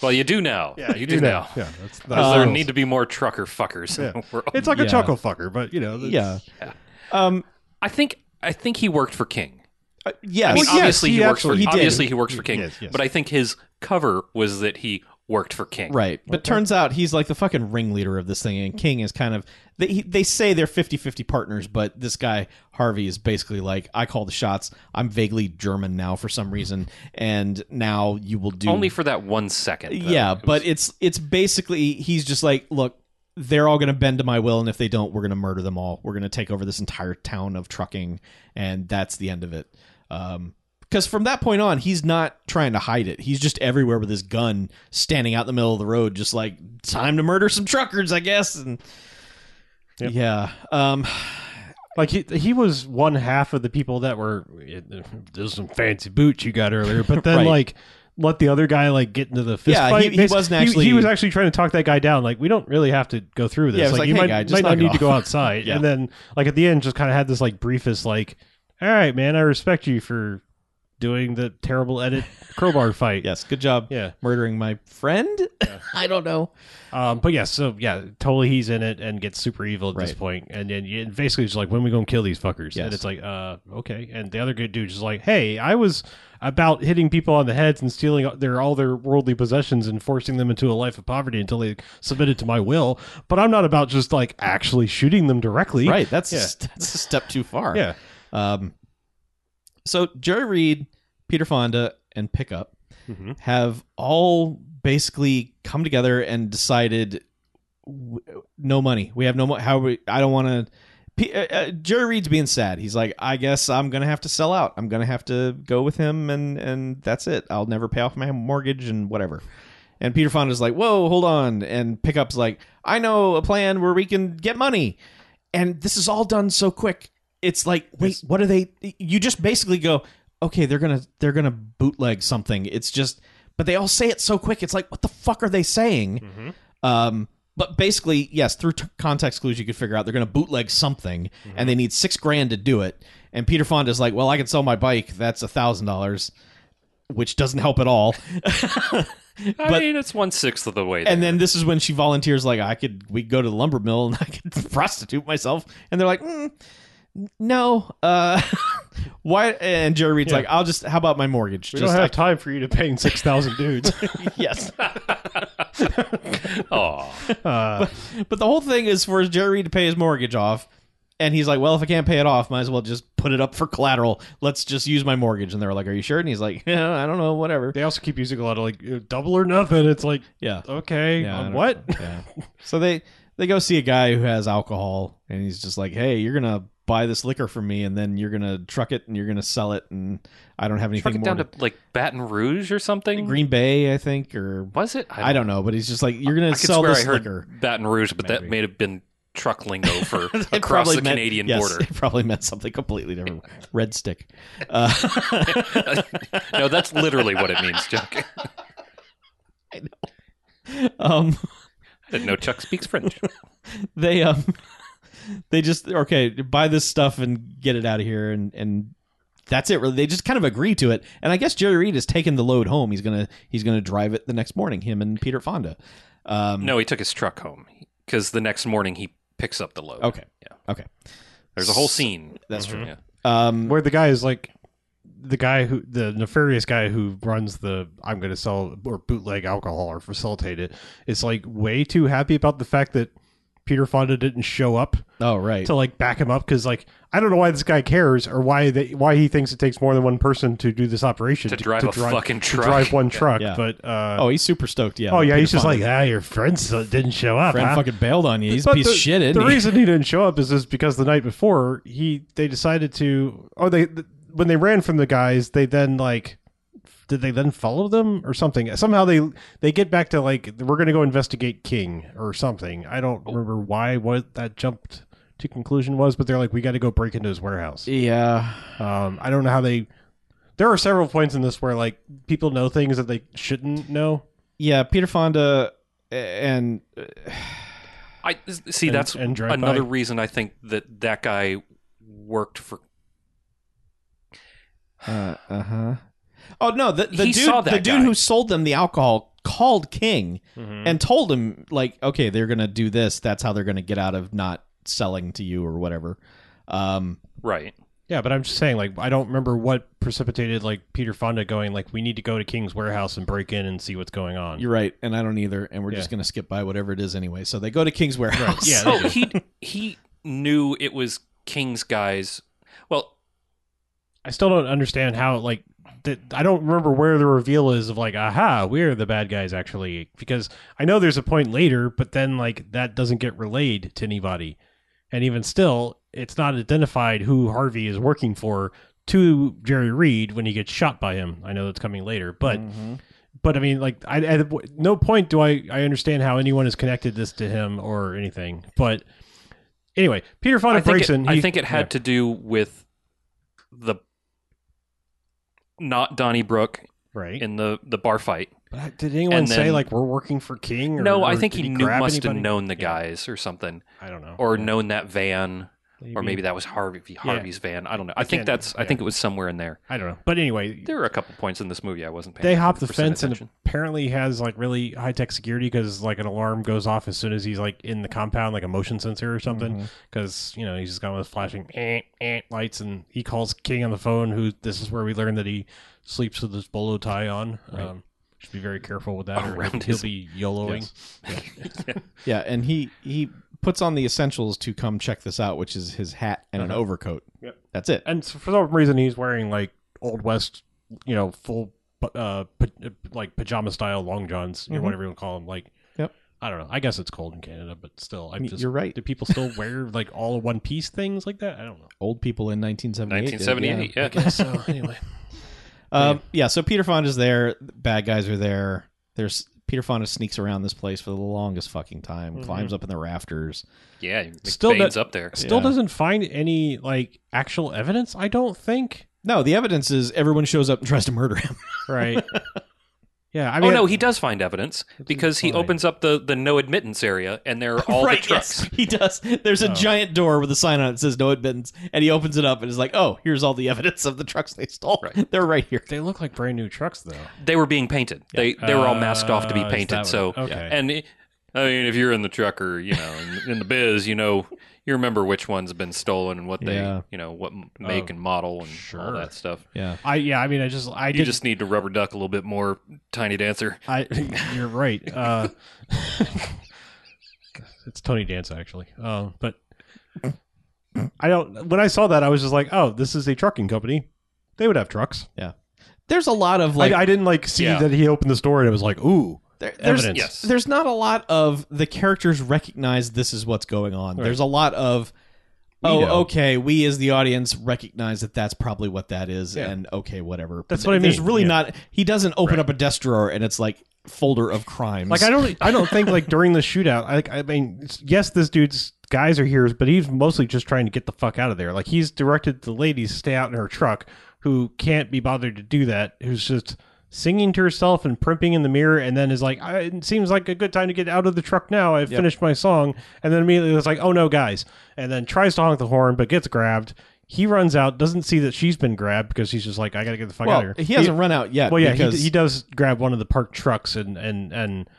Well, you do now. Yeah, you do now. Yeah, that's, that's 'Cause Uh, there need to be more trucker fuckers in Yeah. the world. It's like a Yeah. chuckle fucker, but you know, that's- yeah. Um. I think I think he worked for King. uh, yes. I mean, Well, yes, obviously he he, works for absolutely- he did. obviously he works for King. Yes, yes. But I think his cover was that he worked for King. Right. But turns out he's like the fucking ringleader of this thing, and King is kind of. They, he- they say they're 50 50 partners, but this guy, Harvey, is basically like, I call the shots. I'm vaguely German now for some reason, and now you will do. Only for that one second. though. yeah, It was- but it's it's basically he's just like, look, they're all going to bend to my will, and if they don't, we're going to murder them all. We're going to take over this entire town of trucking, and that's the end of it. Um, because from that point on, he's not trying to hide it. He's just everywhere with his gun, standing out in the middle of the road, just like time to murder some truckers, I guess. And Yep. yeah, um, Like he he was one half of the people that were eh, there's some fancy boots you got earlier, but then [laughs] Right. like let the other guy like get into the fist Yeah, he- fight. he Basi- wasn't he, actually- was actually trying to talk that guy down. Like we don't really have to go through this. Yeah, it was like, you "Hey, might, guy, just might knock not it need to go off." outside. [laughs] Yeah. And then like at the end, just kind of had this like briefest like, all right, man, I respect you for doing the terrible edit crowbar [laughs] fight. yes, good job Yeah. murdering my friend. [laughs] I don't know. Um, but yeah, so yeah, totally he's in it and gets super evil at this Right. point. And then you- and basically it's like, when we going to kill these fuckers? Yes. And it's like, uh, okay. And the other good dude's just like, hey, I was about hitting people on the heads and stealing their all their worldly possessions and forcing them into a life of poverty until they submitted to my will. But I'm not about just like actually shooting them directly. Right, that's Yeah. that's a step too far. Yeah. Um, so Jerry Reed, Peter Fonda, and Pickup Mhm. have all basically come together and decided w- no money. We have no money. How we? I don't want to. P- uh, uh, Jerry Reed's being sad. He's like, I guess I'm gonna have to sell out. I'm gonna have to go with him, and and that's it. I'll never pay off my mortgage and whatever. And Peter Fonda's like, whoa, hold on. And Pickup's like, I know a plan where we can get money. And this is all done so quick. It's like, wait, what are they? You just basically go, okay, they're gonna they're gonna bootleg something. It's just, but they all say it so quick. It's like, what the fuck are they saying? Um, but basically, yes, through t- context clues, you could figure out they're going to bootleg something, and they need six grand to do it. And Peter Fonda's like, "Well, I can sell my bike. That's a thousand dollars," which doesn't help at all. I but- mean it's one sixth of the way there. and then this is when she volunteers, like, "I could we could go to the lumber mill and [laughs] I could prostitute myself." And they're like, mm, "No, uh, [laughs] why?" And Jerry Reed's like, "I'll just how about my mortgage? We just don't have I- time for you to paying 6,000 [laughs] dudes. yes." Aw. Uh, But the whole thing is for Jerry to pay his mortgage off. And he's like, well, if I can't pay it off, might as well just put it up for collateral. Let's just use my mortgage. And they're like, are you sure? And he's like, [laughs] yeah, I don't know, whatever. they also keep using a lot of like uh, double or nothing. It's like, Yeah. okay, Yeah, I um, don't- what? yeah. [laughs] So they they go see a guy who has alcohol, and he's just like, hey, you're gonna buy this liquor from me, and then you're gonna truck it and you're gonna sell it, and I don't have anything Truck it more. down to like Baton Rouge or something. Green Bay, I think, or was it? I don't know. But he's just like, you're gonna I could sell swear this I heard liquor. [laughs] Baton Rouge, but that Maybe. may have been [laughs] truck lingo for It across the meant- Canadian yes, border. [laughs] [laughs] It probably meant something completely different. Red stick. Uh, [laughs] no, that's literally what it means, Chuck. I um, didn't know Chuck speaks [laughs] French. they um [laughs] they just okay buy this stuff and get it out of here and and that's it really they just kind of agree to it and i guess jerry reed is taking the load home he's gonna he's gonna drive it the next morning him and peter fonda um No, he took his truck home because the next morning he picks up the load. okay Yeah. okay There's a whole scene. That's true. Yeah. um where the guy is like the guy who the nefarious guy who runs the I'm going to sell or bootleg alcohol or facilitate it is like way too happy about the fact that Peter Fonda didn't show up oh right to like back him up because like I don't know why this guy cares or why they why he thinks it takes more than one person to do this operation To drive a fucking to truck. drive one truck Yeah. but uh, oh he's super stoked yeah oh yeah Peter he's just Fonda. like ah your friends didn't show up friend huh?" fucking bailed on you he's a But piece the, of shit isn't the he? reason he didn't show up is just because the night before he they decided to or they th- when they ran from the guys they then like did they then follow them or something somehow they they get back to like we're going to go investigate king or something i don't Oh. remember why what that jumped to conclusion was but they're like we got to go break into his warehouse yeah um i don't know how they there are several points in this where like people know things that they shouldn't know yeah peter fonda and I see. And- that's and drive another by. reason I think that that guy worked for. Uh huh. Oh no, the, the He dude, saw that the dude guy. who sold them the alcohol called King Mm-hmm. and told him like, okay, they're gonna do this. That's how they're gonna get out of not selling to you or whatever. Um, [laughs] Right. Yeah, but I'm just saying, like, I don't remember what precipitated like Peter Fonda going, like, we need to go to King's warehouse and break in and see what's going on. you're right, and I don't either. And we're just Yeah. gonna skip by whatever it is anyway. So they go to King's warehouse. Yeah, So Oh, he he knew it was King's guys. Well, I still don't understand how like that. I don't remember where the reveal is of like, aha, we're the bad guys actually, because I know there's a point later, but then like that doesn't get relayed to anybody, and even still, it's not identified who Harvey is working for to Jerry Reed when he gets shot by him. I know that's coming later, but. Mm-hmm. But I mean, like, I, at no point do I, I understand how anyone has connected this to him or anything. But anyway, Peter Fonda I think, breaks it, in. I He- think it had yeah. to do with the not Donnybrook right. in the the bar fight. But I- did anyone And say then- like we're working for King? Or, no, or I think did he, knew, grab must anybody? have known the Yeah, guys or something, I don't know. or Yeah. known that van, or maybe that was Harvey Yeah. Harvey's van. I don't know. I, I think can't- that's. I yeah. think it was somewhere in there. I don't know. But anyway, There were a couple points in this movie I wasn't paying. they hop the 100% fence and attention. apparently has like really high tech security because like an alarm goes off as soon as he's like in the compound, like a motion sensor or Mm-hmm. something. Because you know he's just got one of those flashing eh, eh, lights, and he calls King on the phone. Who this is where we learn that he sleeps with his bolo tie on. Um, should be very careful with [laughs] that. Or Around he'll his- be YOLOing. [laughs] Yeah, and he he puts on the essentials to come check this out, which is his hat and an overcoat. Uh-huh. Yep. That's it. and so for some reason he's wearing like old west you know full uh pa- like pajama style long johns or Mhm. whatever you want to call them like Yep. i don't know i guess it's cold in canada but still i'm Y- just You're right. do people still wear like all one piece things like that i don't know Old people in 1978. did, 1978. i Yeah. guess so anyway Um, yeah, so Peter Fonda's there. the Bad guys are there. There's Peter Fonda sneaks around this place for the longest fucking time. Climbs up in the rafters. [laughs] Yeah, yeah Still still not- up there. still Yeah. doesn't find any like actual evidence i don't think No, the evidence is everyone shows up and tries to murder him. [laughs] right yeah i mean oh no, he does find evidence because he fine. opens up the the no admittance area [laughs] and there are all the trucks. yes, he does. There's a Oh. giant door with a sign on it that says no admittance, and he opens it up and is like, "Oh, here's all the evidence of the trucks they stole. Right. They're right here." they look like brand new trucks though They were being painted. They they were all masked off to be Uh, is that painted. what- So okay. and it- I mean, if you're in the truck or you know in, in the biz, you know you remember which ones have been stolen and what they Yeah. you know what m- make Oh, and model and all sure. that stuff. Yeah. i yeah i mean i just i You did just need to rubber duck a little bit more, Tiny Dancer. I you're right. Uh, it's Tony Danza actually. Um, but I don't. When I saw that, I was just like, "Oh, this is a trucking company. They would have trucks." There's a lot of like I, I didn't like see Yeah. that he opened the store and it was like, "Ooh, There, there's, Evidence. Yes. there's not a lot of the characters recognize this is what's going on. There's a lot of, oh, know." okay, we as the audience recognize that that's probably what that is, and okay, whatever. That's But what I There's mean, really yeah. not. He doesn't open up a desk drawer and it's like folder of crimes. Like I don't, e-, I don't think like during the shootout. Like I mean, it's- yes, this dude's guys are here, but he's mostly just trying to get the fuck out of there. Like he's directed the lady to stay out in her truck, who can't be bothered to do that. Who's just singing to herself and primping in the mirror, and then is like, I, "It seems like a good time to get out of the truck now. I've finished my song," and then immediately it's like, "Oh no, guys!" And then tries to honk the horn, but gets grabbed. He runs out, doesn't see that she's been grabbed because he's just like, "I gotta get the fuck out Well, of here." he hasn't run out yet. Well, yeah, because he, he does grab one of the parked trucks and and and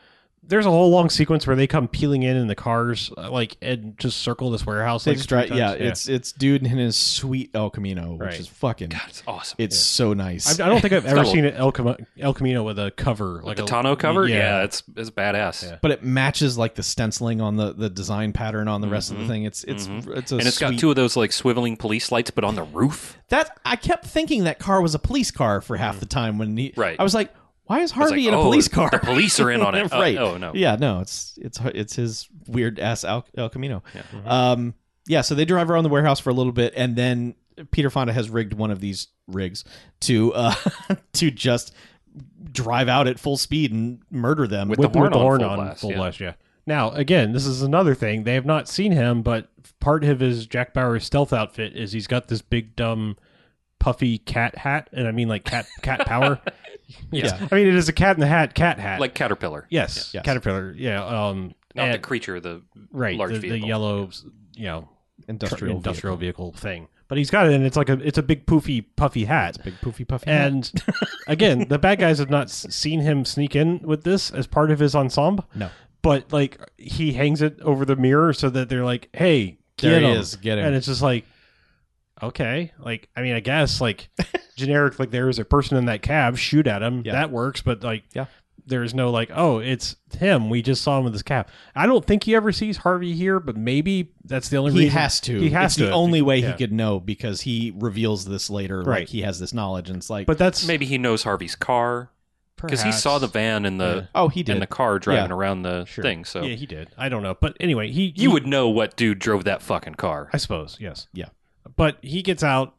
there's a whole long sequence where they come peeling in in the cars, uh, like and just circle this warehouse. they Like, just three dri- times. yeah, it's it's dude in his sweet El Camino, which Right. is fucking. That's awesome. It's so nice. I, I don't think [laughs] I've got ever a- seen an El, Cam- El Camino with a cover like the a tonneau cover. Yeah, Yeah, it's it's badass. Yeah. but it matches like the stenciling on the, the design pattern on the Mm-hmm. rest of the thing. It's it's it's a And it's got sweet- two of those like swiveling police lights, but on the roof. That I kept thinking that car was a police car for half the time when he. Mm. Right. I was like, why is It's Harvey in like, a oh, police car? The police are [laughs] in on [laughs] it. Uh, right. oh no. Yeah. No. It's it's it's his weird ass El, El Camino. Yeah. Um. Yeah. So they drive around the warehouse for a little bit, and then Peter Fonda has rigged one of these rigs to uh [laughs] to just drive out at full speed and murder them. With with the the, horn horn on full on blast, full yeah. blast. Yeah. Now again, this is another thing they have not seen him, but part of his Jack Bauer stealth outfit is he's got this big dumb puffy cat hat, and I mean like cat cat [laughs] power. yes. Yeah. I mean it is a cat in the hat cat hat. Like Caterpillar. Yes, Yes. Caterpillar. Yeah, um, Not the and- creature, the right, large the, the vehicle. yellow, you know, tr- industrial. industrial vehicle, thing. but he's got it, and it's like a it's a big poofy puffy hat. Big poofy puffy. And again, the bad guys have not s- seen him sneak in with this as part of his ensemble. No. But like he hangs it over the mirror so that they're like, "Hey, get There he him." is, get him. And it's just like, okay, like I mean, I guess [laughs] like generic, like there is a person in that cab, shoot at him, Yeah. that works. But like, Yeah. there is no like, oh, it's him. We just saw him with his cab. I don't think he ever sees Harvey here, but maybe that's the only he reason has to. He has it's to. the only way Yeah. he could know because he reveals this later. Like Right. he has this knowledge, and it's like, But that's Maybe he knows Harvey's car because he saw the van and the oh, he did. and the car driving around the thing. So yeah, he did. I don't know, but anyway, he he- you would know what dude drove that fucking car. I suppose, yes. Yeah. But he gets out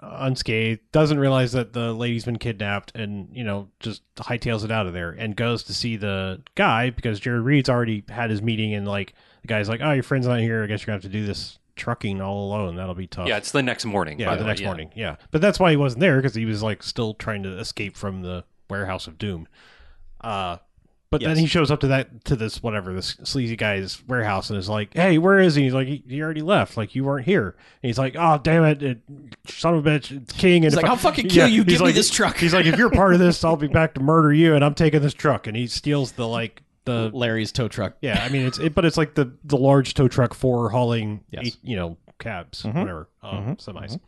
unscathed, doesn't realize that the lady's been kidnapped, and, you know, just hightails it out of there and goes to see the guy because Jerry Reed's already had his meeting, and, like, the guy's like, oh, your friend's not here. I guess you're going to have to do this trucking all alone. That'll be tough. yeah, it's the next morning. Yeah, by the way, next morning. Yeah. But that's why he wasn't there because he was, like, still trying to escape from the warehouse of doom. Uh, but then Yes. he shows up to that to this whatever this sleazy guy's warehouse and is like, "Hey, where is he?" He's like, "He, he already left. Like you weren't here." And he's like, "Oh damn it, it son of a bitch, King!" And He's if like, I- [laughs] I'll fucking kill you. he's Give me like- this truck. He's like, "If you're part of this, I'll be back to murder you, and I'm taking this truck." And he steals the like the Larry's tow truck. yeah, I mean it's it, but it's like the the large tow truck for hauling, Yes. eight, you know, cabs, Mhm. whatever, um, Mhm. semis.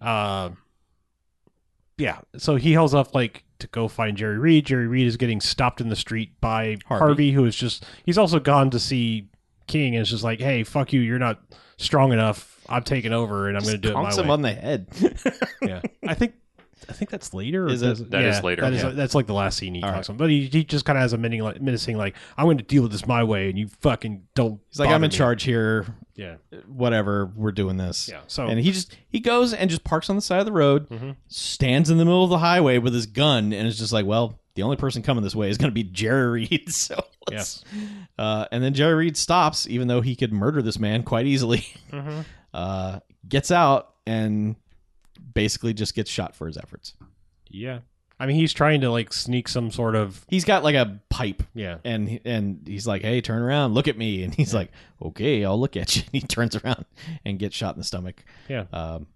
Uh, yeah, so he hauls off like to go find Jerry Reed. Jerry Reed is getting stopped in the street by Harvey. Harvey, who is just he's also gone to see King and is just like, hey, fuck you, you're not strong enough. I'm taking over and I'm going to do it my Conks way. him on [laughs] the head. yeah, I think. I think that's later. or Is it? does That is yeah, later, That is, yeah. That's like the last scene he All talks on. But he, he just kind of has a mini, like, menacing, like, I'm going to deal with this my way, and you fucking don't. He's like, bother I'm in me." charge here. Yeah. Whatever, we're doing this. Yeah. So, And he just he goes and just parks on the side of the road, Mhm. stands in the middle of the highway with his gun, and is just like, well, the only person coming this way is going to be Jerry [laughs] Reed. So let's- uh, and then Jerry Reed stops, even though he could murder this man quite easily. mm-hmm. Uh, gets out and basically just gets shot for his efforts. yeah. I mean, he's trying to, like, sneak some sort of. He's got like a pipe Yeah. and he- and he's like, "Hey, turn around, look at me." And he's like, "Okay, I'll look at you." [laughs] And he turns around and gets shot in the stomach. Yeah. Uh, Um,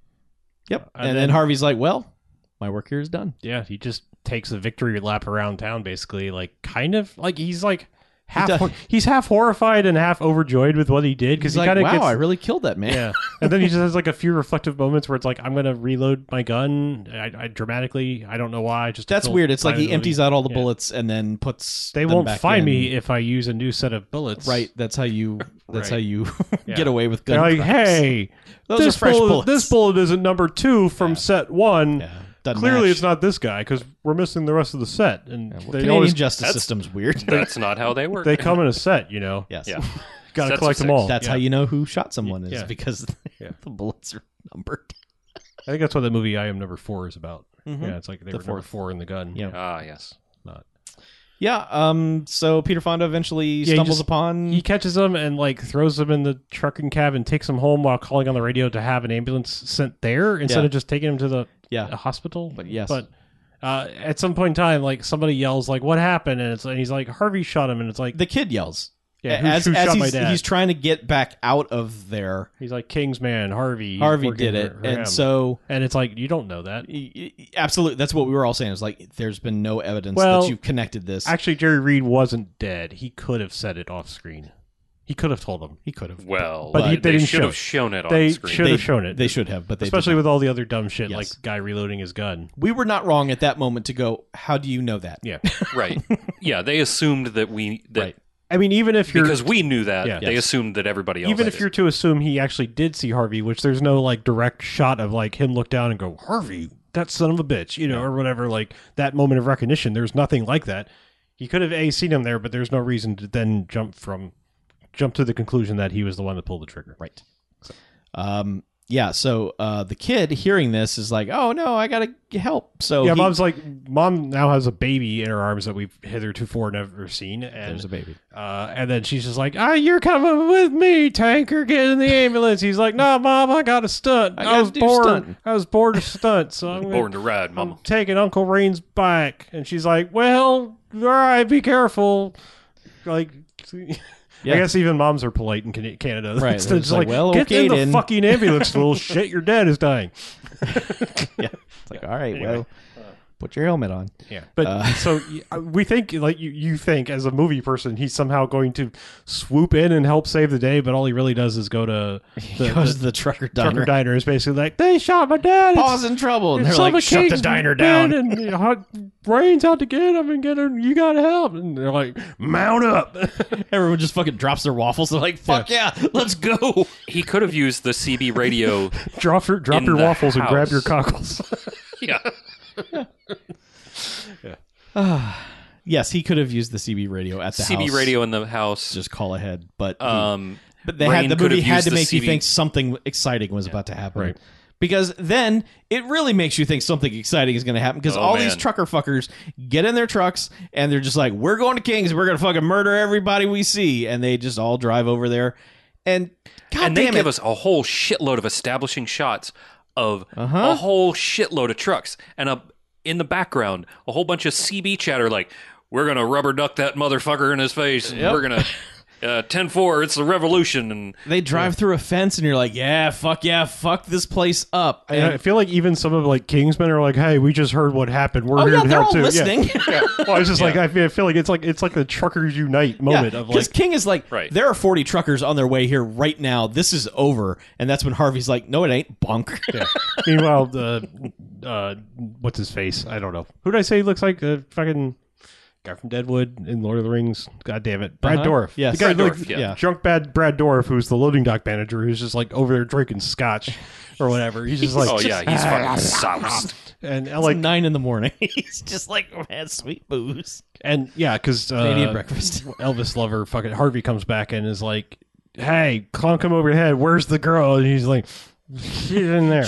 yep. And And, then, then- Harvey's like, "Well, my work here is done." Yeah. He just takes a victory lap around town, basically. Like, kind of. Like, he's like. Half does- hor- he's half horrified and half overjoyed with what he did because He's he like, kind of "Wow, gets I really killed that man." Yeah, and then he just has like a few reflective moments where it's like, I'm gonna reload my gun. I, I dramatically, I don't know why. I Just [laughs] That's weird. It's like he empties out all the Yeah. bullets and then puts. They them won't back find in. me if I use a new set of bullets. Right. That's how you. Right. That's how you [laughs] Yeah. get away with gun. They're like, crimes. hey, Those are this fresh bullet, bullets." this bullet isn't number two from set one. Yeah, doesn't Clearly, match. it's not this guy because we're missing the rest of the set, and Well, they Canadian always justice that's- system's [laughs] weird. That's not how they work. they come in a set. You know, yes. Yeah. gotta Sets of collect them six. all. [laughs] That's Yeah. how you know who shot someone is Yeah. because [laughs] Yeah. the bullets are numbered. I think that's what the movie I Am Number Four is about. Mhm. Yeah, it's like they The were number fourth. four in the gun. Yeah. [laughs] Ah, yes. Yeah. Um. So Peter Fonda eventually he stumbles just- upon. he catches them and like throws them in the trucking cab and takes them home while calling on the radio to have an ambulance sent there instead Yeah. of just taking them to the yeah. hospital. But yes. but uh, at some point in time, like somebody yells, like "What happened?" and it's and he's like Harvey shot him, and it's like The kid yells. yeah, who, as, who as shot he's, my dad? he's He's, trying to get back out of there. like King's man, Harvey. Harvey working did it, for- for him." and so and it's like you don't know that. y- y- absolutely, that's what we were all saying. It's like there's been no evidence Well, that you've connected this. Actually, Jerry Reed wasn't dead. He could have said it off screen. He could have told him. he could have. Well, uh, But he- they they, didn't should show have shown it on They screen. should They- have shown it. They should have, but they especially didn't. with all the other dumb shit, Yes. like guy reloading his gun. we were not wrong at that moment to go. How do you know that? [laughs] Yeah. [laughs] [laughs] right. Yeah, they assumed that we that Right. I mean, even if you're because we knew that Yeah. they Yes. assumed that everybody else even did. if you're to assume he actually did see Harvey, which there's no like direct shot of like him look down and go Harvey, that son of a bitch, you know, or whatever. Like that moment of recognition, there's nothing like that. He could have a seen him there, but there's no reason to then jump from jump to the conclusion that he was the one that pulled the trigger. Right. Um. Yeah. So uh, the kid hearing this is like, "Oh no, I gotta help." So yeah, Oh, he- mom's like mom now has a baby in her arms that we've hithertofore never seen, and there's a baby. Uh, and then she's just like, "Ah, you're coming with me, Tanker. Get in the ambulance." He's like, "No, mom, I got a stunt. I I, gotta was do born. stunt." I was born to stunt. [laughs] So I'm, gonna, born to ride, I'm mama. taking Uncle Rain's bike." And she's like, "Well, all right, be careful. Like, Yeah. [laughs] I guess even moms are polite in Can- Canada. [laughs] Right, It's they're just just like, like, "Well, get okay in the then." fucking [laughs] ambulance, little shit. Your dad is dying. It's like, all right, well, put your helmet on. Yeah, but Uh, [laughs] so y- uh, we think like you, you think as a movie person, he's somehow going to swoop in and help save the day, but all he really does is go to the, [laughs] [laughs] He goes to the trucker the diner. trucker diner. Is basically like they shot my dad. It's- Paul's in trouble, and it's they're like, shut the suffocating diner man, down. And you know, hot brains out to get him and get him. You gotta help. And they're like, mount up. [laughs] Everyone just fucking drops their waffles. They're like, fuck yeah, let's go. He could have used the [laughs] CB radio. drop your drop In your the waffles and grab house. your cockles. [laughs] [laughs] yeah. Yes, he could have used the CB radio Uh, at the CB house. radio in the house. to just call ahead, but he- um, but they Rain had the could movie have had used to the make you CB think something exciting was about to happen. Right. Because then it really makes you think something exciting is going to happen. Because Oh, all these man. trucker fuckers get in their trucks and they're just like, "We're going to Kings. We're going to fucking murder everybody we see," and they just all drive over there. And god and they Oh, damn give it, us a whole shitload of establishing shots of Uh-huh. a whole shitload of trucks and a, in the background a whole bunch of cb chatter like we're gonna rubber duck that motherfucker in his face and we're gonna uh, 10-4 it's the revolution and they drive through a fence, and you're like, "Yeah, fuck yeah, fuck this place up." And I And- feel like even some of like Kingsmen are like, "Hey, we just heard what happened. We're oh here yeah, to they're help all too." Yeah. listening. [laughs] Well, I was just like, I feel, I feel like it's like it's like the truckers unite moment of because [laughs] like, King is like, Right. there are forty truckers on their way here right now. This is over, and that's when Harvey's like, no, it ain't bunk. [laughs] uh, meanwhile, the uh, what's his face? I don't know. Who did I say he looks like? The fucking guy from Deadwood in Lord of the Rings. God damn it, Brad Uh-huh. Dorff. Yes. the guy Brad like, Dorff, yeah. Yeah. drunk bad Brad Dorff, who's the loading dock manager, who's just like over there drinking scotch or whatever. He's just like, [laughs] oh yeah [laughs] he's fucking soused and I like like, nine in the morning. He's just like had sweet booze. and yeah, because [laughs] Canadian uh, breakfast. Elvis lover fucking Harvey comes back and is like, "Hey, clunk him over the head. Where's the girl?" And he's like, "She's in [laughs] there."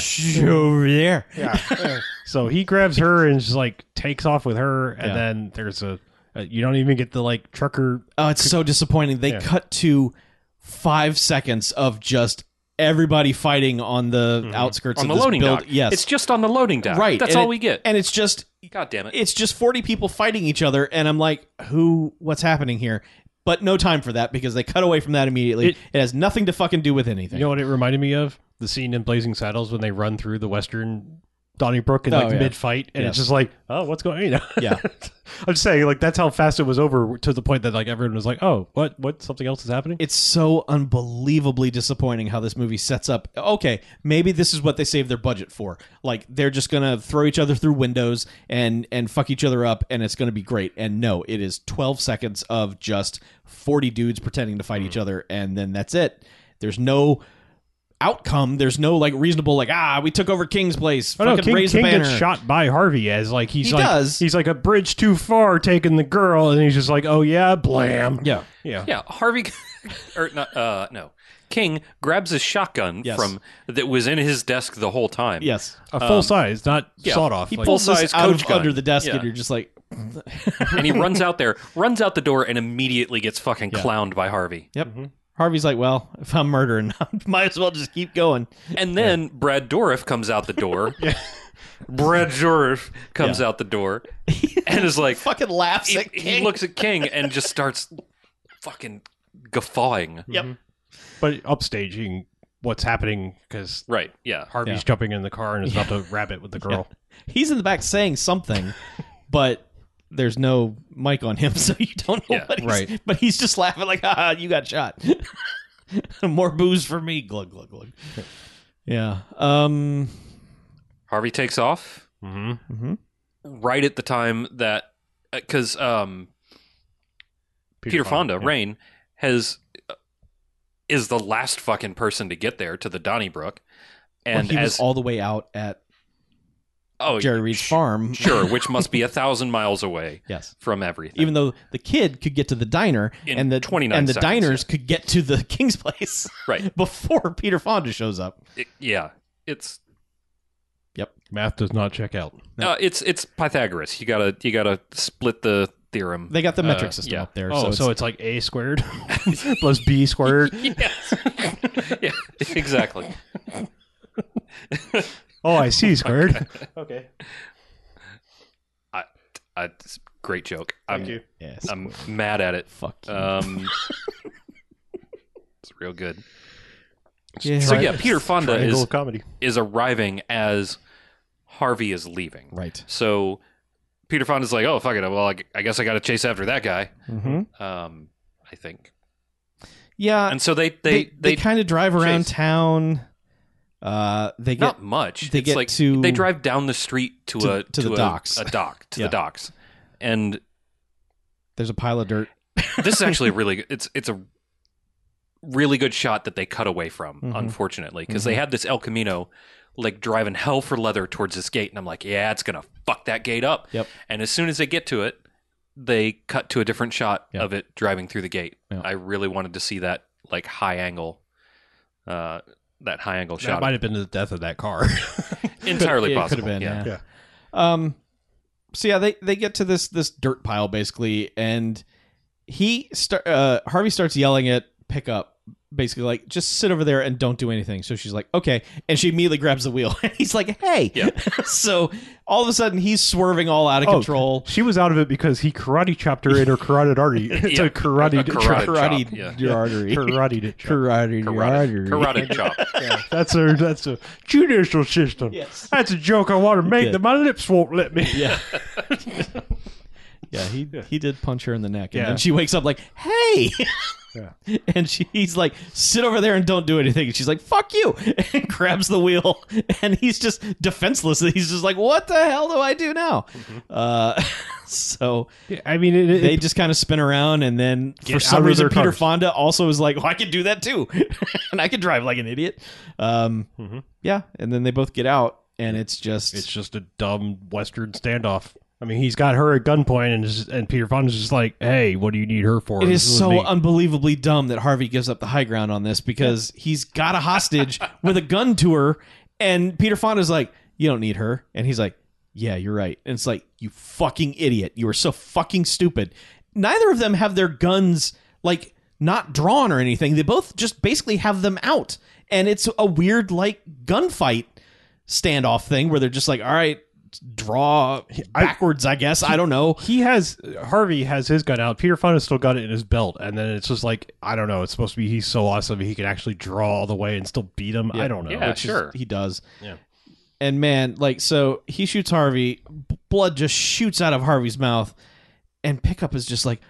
over there. So he grabs her and just like takes off with her, and Yeah. then there's a, a you don't even get the like trucker. Oh, it's so disappointing. They cut to five seconds of just everybody fighting on the outskirts on the of this loading build- dock Yes, it's just on the loading dock right. that's And all it- we get and it's just god damn it it's just 40 people fighting each other and i'm like who what's happening here but no time for that because they cut away from that immediately it, It- has nothing to fucking do with anything You know what it reminded me of? The scene in Blazing Saddles when they run through the western Donnybrook in Oh, like yeah. mid fight, and Yes. it's just like, oh, what's going? on? You know? [laughs] Yeah. I'm just saying like that's how fast it was over to the point that like everyone was like, oh, what, what, something else is happening. it's so unbelievably disappointing how this movie sets up okay maybe this is what they saved their budget for like they're just gonna throw each other through windows and and fuck each other up and it's gonna be great and no it is 12 seconds of just 40 dudes pretending to fight each Mm. other and then that's it there's no outcome there's no like reasonable like ah we took over king's place Oh fucking no, King, raise King the banner gets shot by Harvey as like he's He like does. he's like a bridge too far taking the girl, and he's just like, oh yeah, blam, yeah yeah. Yeah, Harvey, [laughs] or not, uh, no, King grabs his shotgun Yes. from that was in his desk the whole time. yes a full size, not yeah. sawed off. he like- pulls this full-size out coach of gun. under the desk Yeah. and you're just like [laughs] and he runs out there, runs out the door, and immediately gets fucking clowned by Harvey. Yep. Harvey's like, well, if I'm murdering, [laughs] I might as well just keep [laughs] going. And then Brad Dorff comes out the [laughs] door. Brad Dorff comes out the door and is [laughs] like, Fucking laughs he, at he King. looks at King and just starts fucking guffawing. Yep. but upstaging what's happening because Right. Yeah. Harvey's Yeah. jumping in the car and is about to wrap it with the girl. He's in the back saying [laughs] something, but there's no mic on him, [laughs] so you don't know Yeah, what he's. right. But he's just laughing like, ah, you got shot. [laughs] More booze for me. Glug glug [laughs] glug. Yeah. Um. Harvey takes off. Mm-hmm. right at the time that because um, Peter, Fonda, Rain, has uh, is the last fucking person to get there to the Donnybrook, And and he was as all the way out at oh Jerry Reed's farm. sure, which must be a thousand miles away [laughs] Yes. from everything. Even though the kid could get to the diner In and the 29 and the seconds, diners could get to the [laughs] King's place right? [laughs] before Peter Fonda shows up. It- yeah, it's Math does not check out. uh, it's it's Pythagoras. You gotta you gotta split the theorem. They got the metric Uh, system yeah. up there. Oh, so so, it's, like a squared [laughs] plus b squared. [laughs] yes. [laughs] yeah, exactly. Oh, I see squared. okay, I, I, it's a Uh, great joke. I'm, you. um, it's, yes. I'm mad at it. [laughs] Fuck you. Um, real good. Yeah. So yeah, Peter Fonda Triangle is of comedy. is arriving as Harvey is leaving. Right. So Peter Fonda's like, oh fuck it, well I, g- I guess I got to chase after that guy. Mm-hmm. Um, I think. Yeah. And so they Uh, they they they, kind of drive around chase. town. Uh, they get not much. they it's get like to- they drive down the street to, to- a to the a, docks. a dock [laughs] to Yeah. the docks, and there's a pile of dirt. this is actually really good. It's it's a really good shot that they cut away from, Mhm. unfortunately, because they Mhm. had this El Camino like driving hell for leather towards this gate, and I'm like, yeah, it's gonna fuck that gate up. Yep. And as soon as they get to it, they cut to a different shot Yeah. of it driving through the gate. Yeah. I really wanted to see that like high angle, uh, that high angle That shot. might have been the death of that car. [laughs] Entirely It could've possible. been, yeah. yeah. Um, so yeah, they they get to this this dirt pile basically, and he start uh, Harvey starts yelling at pickup basically like just sit over there and don't do anything. So she's like, okay, and she immediately grabs the wheel. [laughs] and He's like, hey, Yeah. [laughs] so all of a sudden he's swerving all out of Oh, control. [laughs] She was out of it because he karate chopped her in her carotid artery. [laughs] it's Yeah. a karate [laughs] A karate Karate chop. Yeah. your artery. karate did chop. Karate, Carotid, carotid chop. Yeah, that's a that's a judicial system. Yes. That's a joke I want to make did. that my lips won't let me. Yeah. [laughs] yeah, he he did punch her in the neck, and Yeah. then she wakes up like, "Hey!" Yeah. [laughs] and she, he's like, "Sit over there and don't do anything." And she's like, "Fuck you!" [laughs] and grabs the wheel, and he's just defenseless. And he's just like, "What the hell do I do now?" Mm-hmm. Uh, [laughs] so I mean, it, it, they just kind of spin around, and then for Get out some of reason, their Peter cars. Fonda also is like, "Oh, I can do that too, [laughs] and I can drive like an idiot." Um, Mhm. Yeah, and then they both get out, and it's just It's just a dumb Western standoff. I mean, he's got her at gunpoint, and is- and Peter Fonda's just like, "Hey, what do you need her for?" It This is so me." unbelievably dumb that Harvey gives up the high ground on this because he's got a hostage with a gun to her, and Peter Fonda's like, "You don't need her," and he's like, "Yeah, you're right." And it's like, "You fucking idiot! You are so fucking stupid." Neither of them have their guns like not drawn or anything. They both just basically have them out, and it's a weird like gunfight standoff thing where they're just like, "All right." Draw I- backwards, I, guess. I don't know. he has Harvey has his gun out. Peter Fonda's still got it in his belt, and then it's just like I don't know. It's supposed to be he's so awesome he can actually draw all the way and still beat him. I don't know. Yeah, which is- sure. he does. Yeah. And man, like so he shoots Harvey, b- blood just shoots out of Harvey's mouth, and pickup is just like,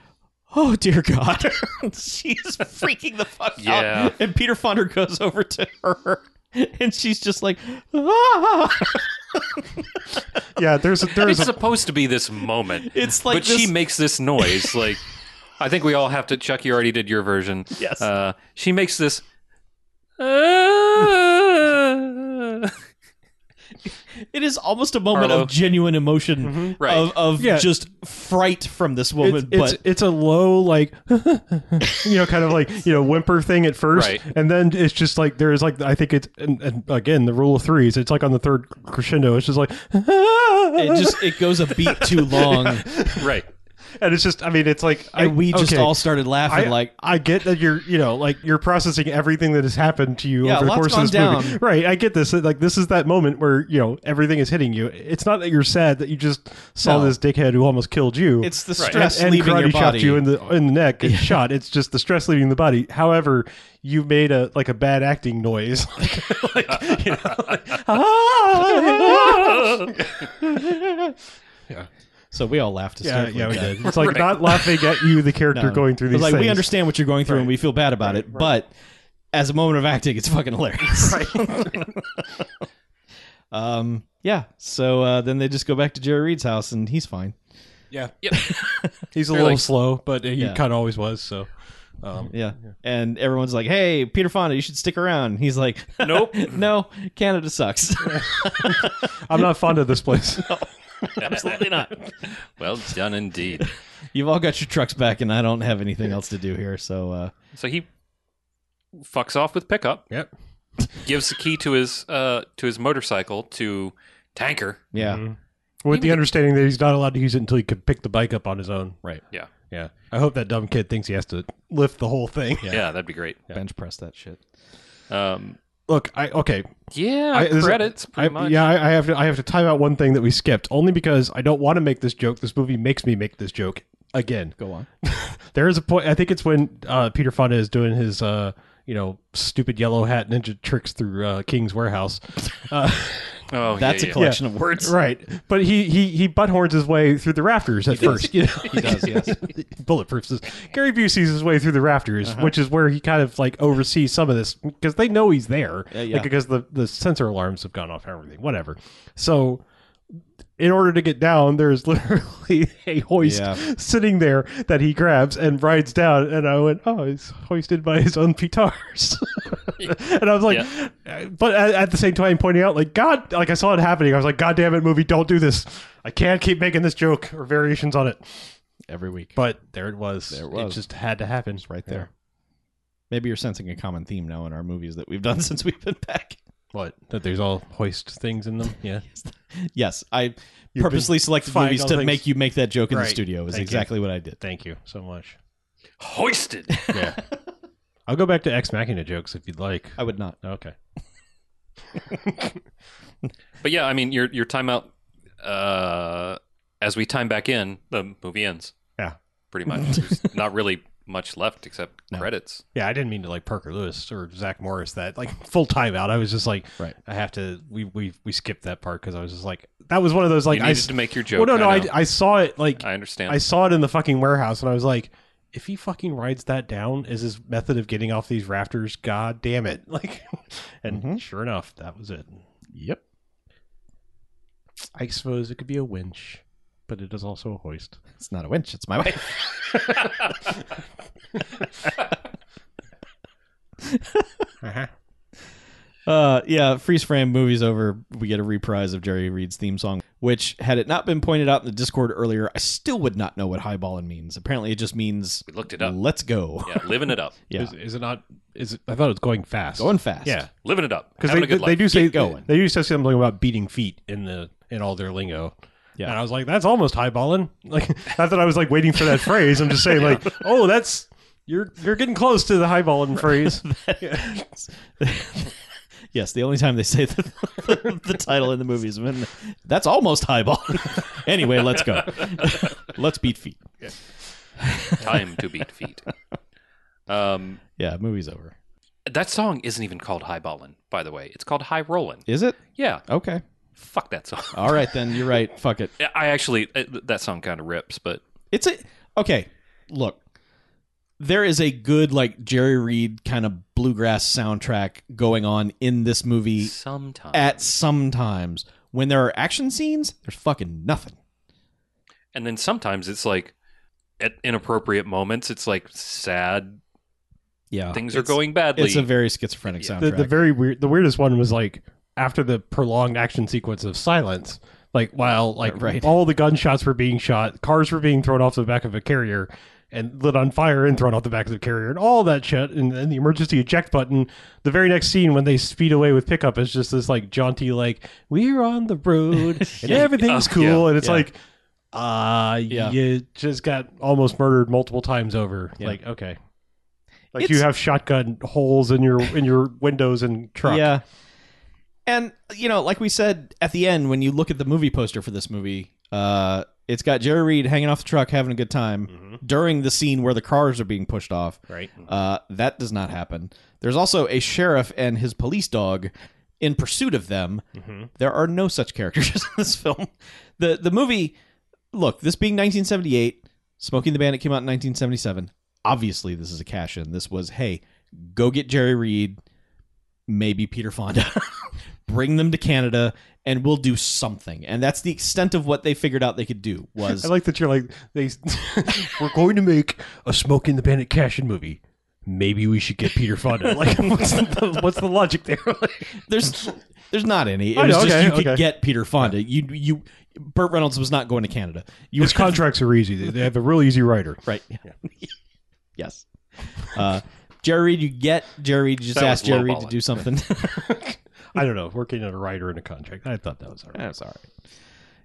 Oh dear God. [laughs] she's freaking the fuck [laughs] Yeah. out. And Peter Fonda goes over to her and she's just like, ah! Yeah, there's a, there's [laughs] It's a, supposed to be this moment. It's like but this- she makes this noise. Like, I think we all have to. Chuck, you already did your version. Yes. Uh, she makes this. right. It is almost a moment Harlow. of Mm-hmm. genuine emotion Right. of, of Yeah. just fright from this woman. it's, but it's, it's a low like [laughs] you know kind of like you know whimper thing at first Right. and then it's just like there's like i think it's and, and again the rule of threes it's like on the third crescendo it's just like it just it goes a beat too long. [laughs] and it's just i mean it's like I, And we just okay, all started laughing I, like I get that you're you know like you're processing everything that has happened to you Yeah, over the lots course of this gone movie down. right I get this like this is that moment where you know everything is hitting you it's not that you're sad that you just saw No. this dickhead who almost killed you it's the Right. stress and, and leaving karate your chopped body. you in the in the neck and shot. It's just the stress leaving the body. However, you made a like a bad acting noise. [laughs] Like, you know, like, [laughs] "Ah!" So we all laughed yeah, hysterically. yeah, we did. [laughs] It's like not laughing at you, the character No. going through It was these like things. we understand what you're going through and we feel bad about it, but as a moment of acting, it's fucking [laughs] hilarious. [laughs] um, yeah. So uh, then they just go back to Jerry Reed's house and he's fine. [laughs] He's a They're little like- slow, but he Yeah. kind of always was. So, [laughs] um, Yeah. And everyone's like, "Hey, Peter Fonda, you should stick around." He's like, [laughs] Nope. no, [laughs] Canada sucks." I'm not fond of this place. Absolutely not. Well done indeed. [laughs] You've all got your trucks back, and I don't have anything else to do here. So uh, So he fucks off with pickup. Yep. Gives the key to his uh to his motorcycle to Tanker. yeah, Mm-hmm. With the understanding that he's not allowed to use it until he can pick the bike up on his own. right. Yeah. Yeah. I hope that dumb kid thinks he has to lift the whole thing. Yeah, that'd be great. Bench press that shit. Um Look, I okay. yeah, [laughs] I- this- credits pretty I, much. Yeah, I, I have to. I have to time out one thing that we skipped, only because I don't want to make this joke. This movie makes me make this joke again. Go on. There is a point. I think it's when uh, Peter Fonda is doing his, uh, you know, stupid yellow hat ninja tricks through uh, King's warehouse. Oh, That's a yeah, yeah. collection of words. Right, but he he he butthorns his way through the rafters at first. [laughs] You know, he does. Yes, [laughs] bulletproofs. This. Gary Busey's his way through the rafters, Uh-huh. which is where he kind of like oversees some of this because they know he's there. Yeah, yeah. Like, because the the sensor alarms have gone off, and everything, whatever. So. In order to get down, there's [laughs] literally a hoist Yeah. sitting there that he grabs and rides down. And I went, "Oh, he's hoisted by his own petards." [laughs] and I was like, but at, at the same time, pointing out, like, God, like I saw it happening. I was like, God damn it, movie, don't do this. I can't keep making this joke or variations on it. Every week. But there it was. There it was. It just had to happen. right there. Maybe you're sensing a common theme now in our movies that we've [laughs] done since we've been back. What? That there's all hoist things in them? [laughs] Yeah. Yes, I You've purposely been selected finding movies all to things- make you make that joke in Right. the studio. Is Thank you. exactly what I did. Thank you so [laughs] much. hoisted. Yeah. I'll go back to Ex Machina jokes if you'd like. I would not. Okay. But yeah, I mean, your your timeout. Uh, as we time back in, the movie ends. Yeah. pretty [laughs] much. There's not really much left except credits. Yeah, I didn't mean to like Parker Lewis or Zach Morris that like full time out. I was just like, Right. I have to. We we we skipped that part because I was just like, that was one of those like you I. needed s- to make your joke. Well, no, no, I, I, know. I saw it like I understand. I saw it in the fucking warehouse, and I was like, if he fucking rides that down, is his method of getting off these rafters? God damn it! [laughs] Like, and sure enough, that was it. Mm-hmm. Yep. I suppose it could be a winch, but it is also a hoist. It's not a winch. It's my wife. [laughs] Uh-huh. Uh, yeah, freeze frame movies over. We get a reprise of Jerry Reed's theme song, which had it not been pointed out in the Discord earlier, I still would not know what highballing means. Apparently, it just means we looked it up. let's go. yeah, living it up, Yeah. Is, is it not? Is it? I thought it was going fast. Going fast. Yeah, living it up. because Having they, a good they, life. do say Keep going. They do say something about beating feet in the in all their lingo. Yeah. and I was like, that's almost highballing. [laughs] Like, not that I was like waiting for that phrase. I'm just [laughs] saying, like, oh, that's you're you're getting close to the highballing phrase. [laughs] Yes, the only time they say the, the, [laughs] title in the movies when that's almost highball. [laughs] anyway, let's go. [laughs] let's beat feet. [laughs] Time to beat feet. Um, Yeah, movie's over. that song isn't even called Highballin', by the way. It's called High Rollin'. Is it? Yeah, Okay. fuck that song. Uh, All right then. You're right. Fuck it. I actually uh, th- that song kind of rips, but It's a okay. Look, there is a good like Jerry Reed kind of bluegrass soundtrack going on in this movie. sometimes At some times, when there are action scenes, there's fucking nothing. and then sometimes it's like at inappropriate moments it's like sad Yeah, things are Oh, It's- going badly It's a very schizophrenic soundtrack. the, the very weird the weirdest one was like after the prolonged action sequence of silence like [laughs] while like Right. all the gunshots were being shot cars were being thrown off the back of a carrier and lit on fire and thrown off the back of the carrier and all that shit and then the emergency eject button the very next scene when they speed away with pickup is just this like jaunty like we're on the [laughs] road and everything's Yeah. cool and it's Yeah. like uh Yeah. you just got almost murdered multiple times over Yeah. like okay like It's- you have shotgun holes in your in your windows and truck. Yeah. And you know, like we said at the end, when you look at the movie poster for this movie, uh, it's got Jerry Reed hanging off the truck, having a good time during the scene where the cars are being pushed off. Right. Uh, that does not happen. There's also a sheriff and his police dog in pursuit of them. There are no such characters [laughs] in this film. The the movie, look, this being 1978, Smoking the Bandit came out in 1977. Obviously, this is a cash in. This was, hey, go get Jerry Reed, maybe Peter Fonda. [laughs] Bring them to Canada and we'll do something. And that's the extent of what they figured out they could do [laughs] was I like that you're like they. [laughs] we're going to make a Smoking the Bandit cash-in movie. Maybe we should get Peter Fonda. [laughs] Like, what's the, what's the logic there? [laughs] There's there's not any. It I was know, just okay, you could okay. get Peter Fonda. You you Burt Reynolds was not going to Canada. [laughs] You His contracts are easy. They- They have a real easy writer. right. [laughs] yes. Uh Jerry Reed, you get Jerry Reed, you just That ask was Jerry Reed to lowballing. do something. [laughs] I don't know. Working on a writer and a contract. I thought that was all right. That's all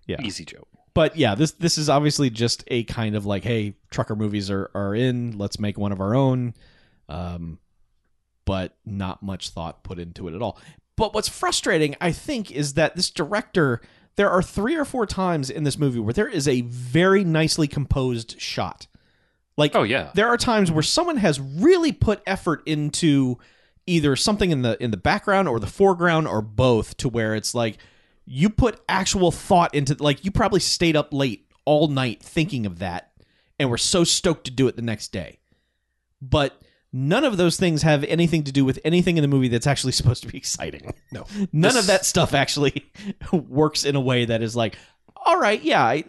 right. easy joke But yeah, this this is obviously just a kind of like, hey, trucker movies are, are in, let's make one of our own. Um but not much thought put into it at all. But what's frustrating, I think, is that this director, there are three or four times in this movie where there is a very nicely composed shot Like [laughs] Oh yeah. there are times where someone has really put effort into either something in the in the background or the foreground or both to where it's like you put actual thought into like you probably stayed up late all night thinking of that and were so stoked to do it the next day but none of those things have anything to do with anything in the movie that's actually [laughs] supposed to be exciting no [laughs] none of that stuff actually [laughs] works in a way that is like all right yeah I,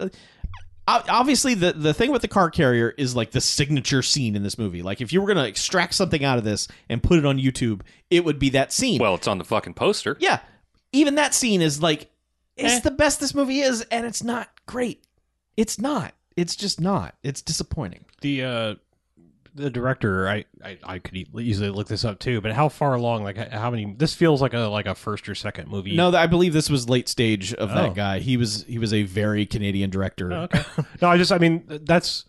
O- obviously the the thing with the car carrier is like the signature scene in this movie. Like if you were going to extract something out of this and put it on YouTube, it would be that scene. Well, it's on the [laughs] fucking poster. yeah. Even that scene is like it's the best this movie is and it's not great. It's not. It's just not. It's disappointing. the uh the director I, I i could e- easily look this up too but how far along like h- how many this feels like a like a first or second movie No, th- I believe this was late stage of Oh. that guy. He was he was a very Canadian director. Oh, okay [laughs] no i just i mean that's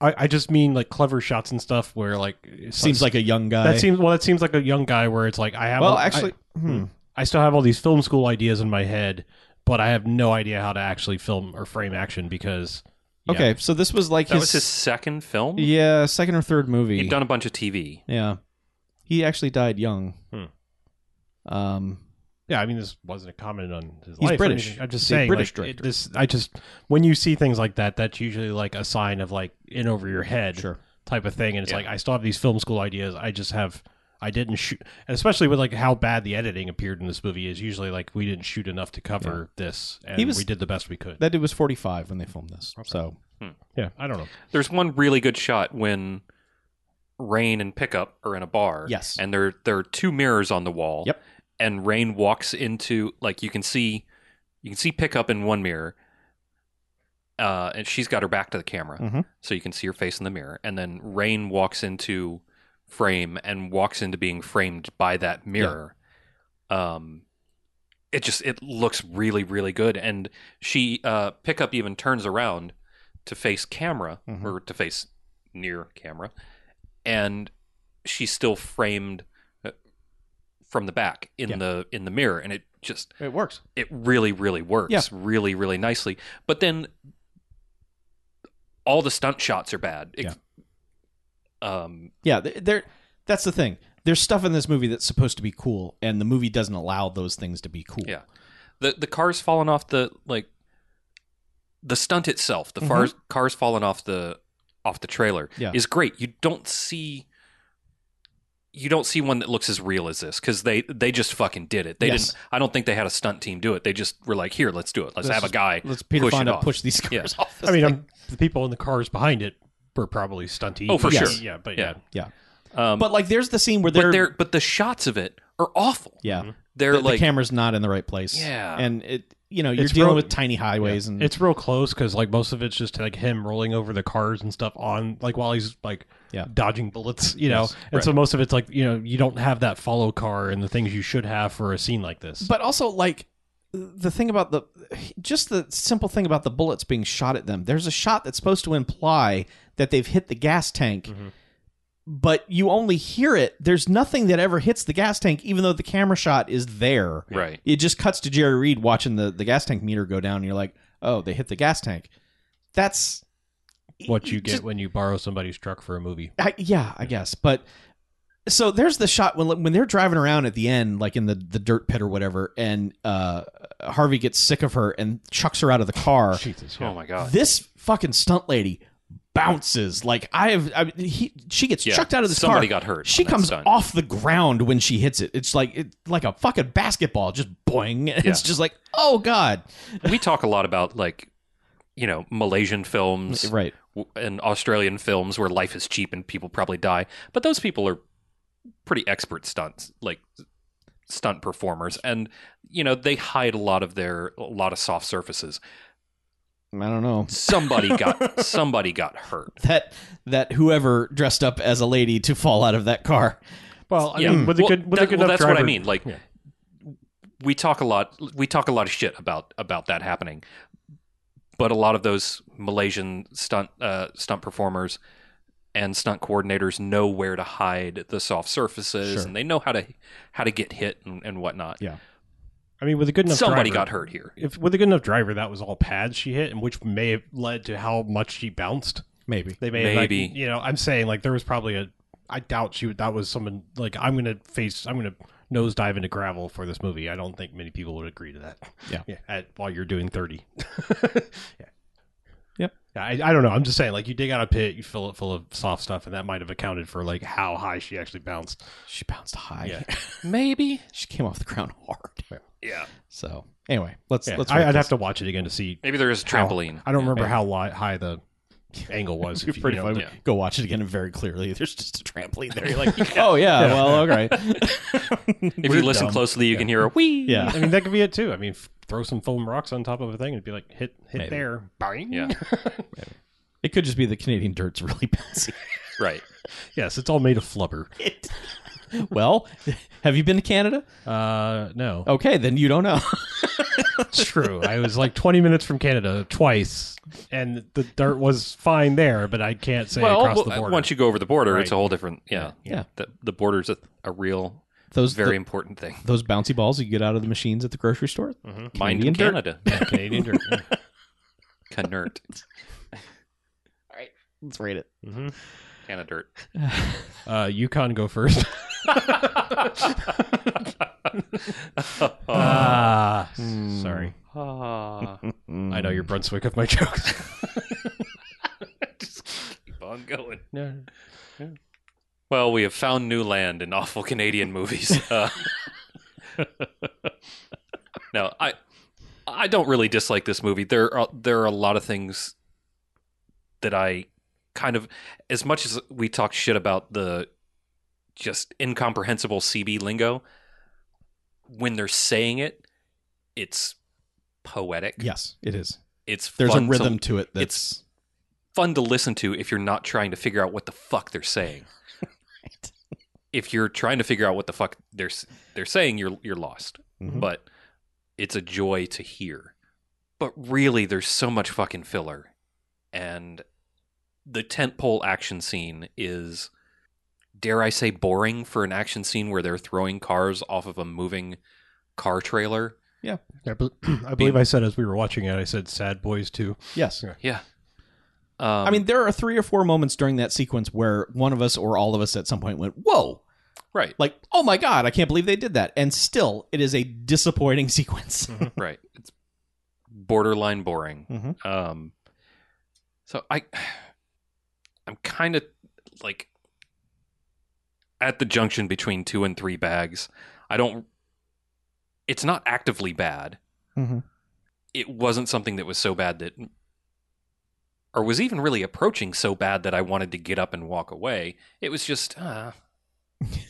i i just mean like clever shots and stuff where like it's- Seems like a young guy. that seems well that seems like a young guy where it's like i have well, all- I- actually, hmm. I, still have all these film school ideas in my head but i have no idea how to actually film or frame action because yeah. okay. So this was like That was his second film. yeah second or third movie. He'd done a bunch of TV. Yeah. He actually died young. Hmm. Um, Yeah, I mean, this wasn't a comment on his He's life or British. anything. I'm just He's a saying, British like, it- director. this. I just when you see things like that, that's usually like a sign of like in over your head Sure. type of thing. And it's Yeah. like I still have these film school ideas. I just have I didn't shoot, and especially with like how bad the editing appeared in this movie is usually like we didn't shoot enough to cover this, and was- we did the best we could. that dude was 45 when they filmed this. So, yeah, I don't know. There's one really good shot when Rain and Pickup are in a bar. Yes. And there there are two mirrors on the wall. Yep. And Rain walks into like you can see you can see Pickup in one mirror. Uh, and she's got her back to the camera, Mhm. so you can see her face in the mirror. And then Rain walks into frame and walks into being framed by that mirror. Um, it just it looks really really good, and she uh, Pickup even turns around to face camera Mhm. or to face near camera, and she's still framed uh, from the back in Yeah. the in the mirror, and it just it works. it really really works Yeah. really really nicely. But then all the stunt shots are bad. Ex- Um, Yeah, th- there that's the thing. There's stuff in this movie that's supposed to be cool and the movie doesn't allow those things to be cool. Yeah. the the car's falling off the like the stunt itself the far's car's falling off the off the trailer Mm-hmm. Yeah. is great you don't see you don't see one that looks as real as this because they they just fucking did it they Yes. didn't i don't think they had a stunt team do it they just were like here let's do it Let's let's, have just- a guy Let's Peter push it Fonda off. push these Yeah. cars off. this I mean, thing. I'm, the people in the cars behind it were probably stunty. Oh, for but- sure. Yeah, but Yeah. yeah. um, but like there's the scene where but they're, they're but the shots of it are awful yeah. they're The, the like camera's not in the right place. Yeah. And it you know, you're It's dealing real- with tiny highways and It's real close because like most of it's just like him rolling over the cars and stuff on like while he's like Yeah. dodging bullets, you know. and so most of it's like you know you don't have that follow car and the things you should have for a scene like this. But also, like the thing about the just the simple thing about the bullets being shot at them. There's a shot that's supposed to imply that they've hit the gas tank, but you only hear it. There's nothing that ever hits the gas tank, even though the camera shot is there. Right. It just cuts to Jerry Reed watching the the gas tank meter go down, and you're like, oh, they hit the gas tank. That's what you get just- when you borrow somebody's truck for a movie. I, yeah, I guess. But so there's the shot when when they're driving around at the end, like in the, the dirt pit or whatever, and uh, Harvey gets sick of her and chucks her out of the car. Jesus, oh my god This fucking stunt lady bounces like I have. I, mean, he she gets Yeah, chucked out of this somebody car. got hurt She on that comes stunt. off the ground when she hits it. It's like it, like a fucking basketball, just boing. [laughs] And It's just like oh god, we talk a lot about like you know malaysian films right? w- in Australian films where life is cheap and people probably die, but those people are pretty expert stunts, like stunt performers, and you know they hide a lot of their a lot of soft surfaces. I don't know. Somebody got somebody got hurt. That that whoever dressed up as a lady to fall out of that car. Well, I Yeah. Mm. mean, with a Well, good, with a that- good well, enough that's what I driver- mean, like- Yeah. We talk a lot. We talk a lot of shit about about that happening, but a lot of those Malaysian stunt uh, stunt performers and stunt coordinators know where to hide the soft surfaces, Sure. and they know how to how to get hit and, and whatnot. Yeah. I mean, with a good enough somebody driver- got hurt here. If with a good enough driver, that was all pads she hit, and which may have led to how much she bounced. Maybe. They may have, like, Maybe. you know, I'm saying like there was probably a. I doubt she would. That was someone like I'm gonna face. I'm gonna nosedive into gravel for this movie. I don't think many people would agree to that. Yeah. [laughs] yeah. At, while you're doing thirty. [laughs] yeah. Yep. Yeah, I, I don't know. I'm just saying, like you dig out a pit, you fill it full of soft stuff, and that might have accounted for like how high she actually bounced. She bounced high. Yeah. [laughs] Maybe. she came off the ground hard. Yeah. So anyway, let's Yeah, let's. I, rate I'd this. have to watch it again to see. Maybe there is a how- trampoline. I don't remember maybe. how li- high the angle was. You're if you, pretty you know, funny. yeah. Go watch it again and very clearly. There's just a trampoline there. [laughs] You're like, Yeah. oh yeah, well, all right. If you listen closely, you can hear a [laughs] wee. Yeah. I mean, that could be it too. I mean, f- throw some foam rocks on top of a thing and it'd be like hit hit Maybe. there. Bang. Yeah. It could just be the Canadian dirt's really [laughs] bouncy. Right. Yes, it's all made of flubber. well, have you been to Canada? Uh, no, Okay, then you don't know. [laughs] it's true. [laughs] I was like 20 minutes from Canada twice, and the dirt was fine there, but I can't say Well, across well, the border. once you go over the border, Right. it's a whole different. Yeah. Yeah. The, the border's a, a real, Those very very important thing. those bouncy balls you get out of the machines at the grocery store. Mind Canadian dirt. Canada. Canadian [laughs] dirt. Canert. Let's rate it. hmm Canadirt. Uh, Yukon go first. [laughs] [laughs] Ah, Hmm. sorry. Ah. I know you're Brunswick of my [laughs] jokes. Just keep on going. No. Well, we have found new land in awful Canadian movies. Uh, no, I I don't really dislike this movie. There are there are a lot of things that I kind of as much as we talk shit about the just incomprehensible CB lingo when they're saying it, it's poetic. Yes, it is. It's There's fun a to- rhythm to, it. That's it's fun to listen to if you're not trying to figure out what the fuck [laughs] they're saying. If you're trying to figure out what the fuck they're s- they're saying, you're you're lost. Mhm. But it's a joy to hear. But really, there's so much fucking filler, and the tentpole action scene is, dare I say, boring for an action scene where they're throwing cars off of a moving car trailer. I bel- [clears throat] I believe I said as we were watching it, I said "sad boys" too. yes. Yeah. Um, I mean, there are three or four moments during that sequence where one of us or all of us at some point went, "Whoa!" right, Like, "Oh my god, I can't believe they did that." And still, it is a disappointing [laughs] sequence. right. It's borderline boring. Mhm. Um, so I, [sighs] I'm kind of like at the junction between two and three bags. I don't. It's not actively bad. Mhm. It wasn't something that was so bad that, or was even really approaching so bad that I wanted to get up and walk away. It was just, uh,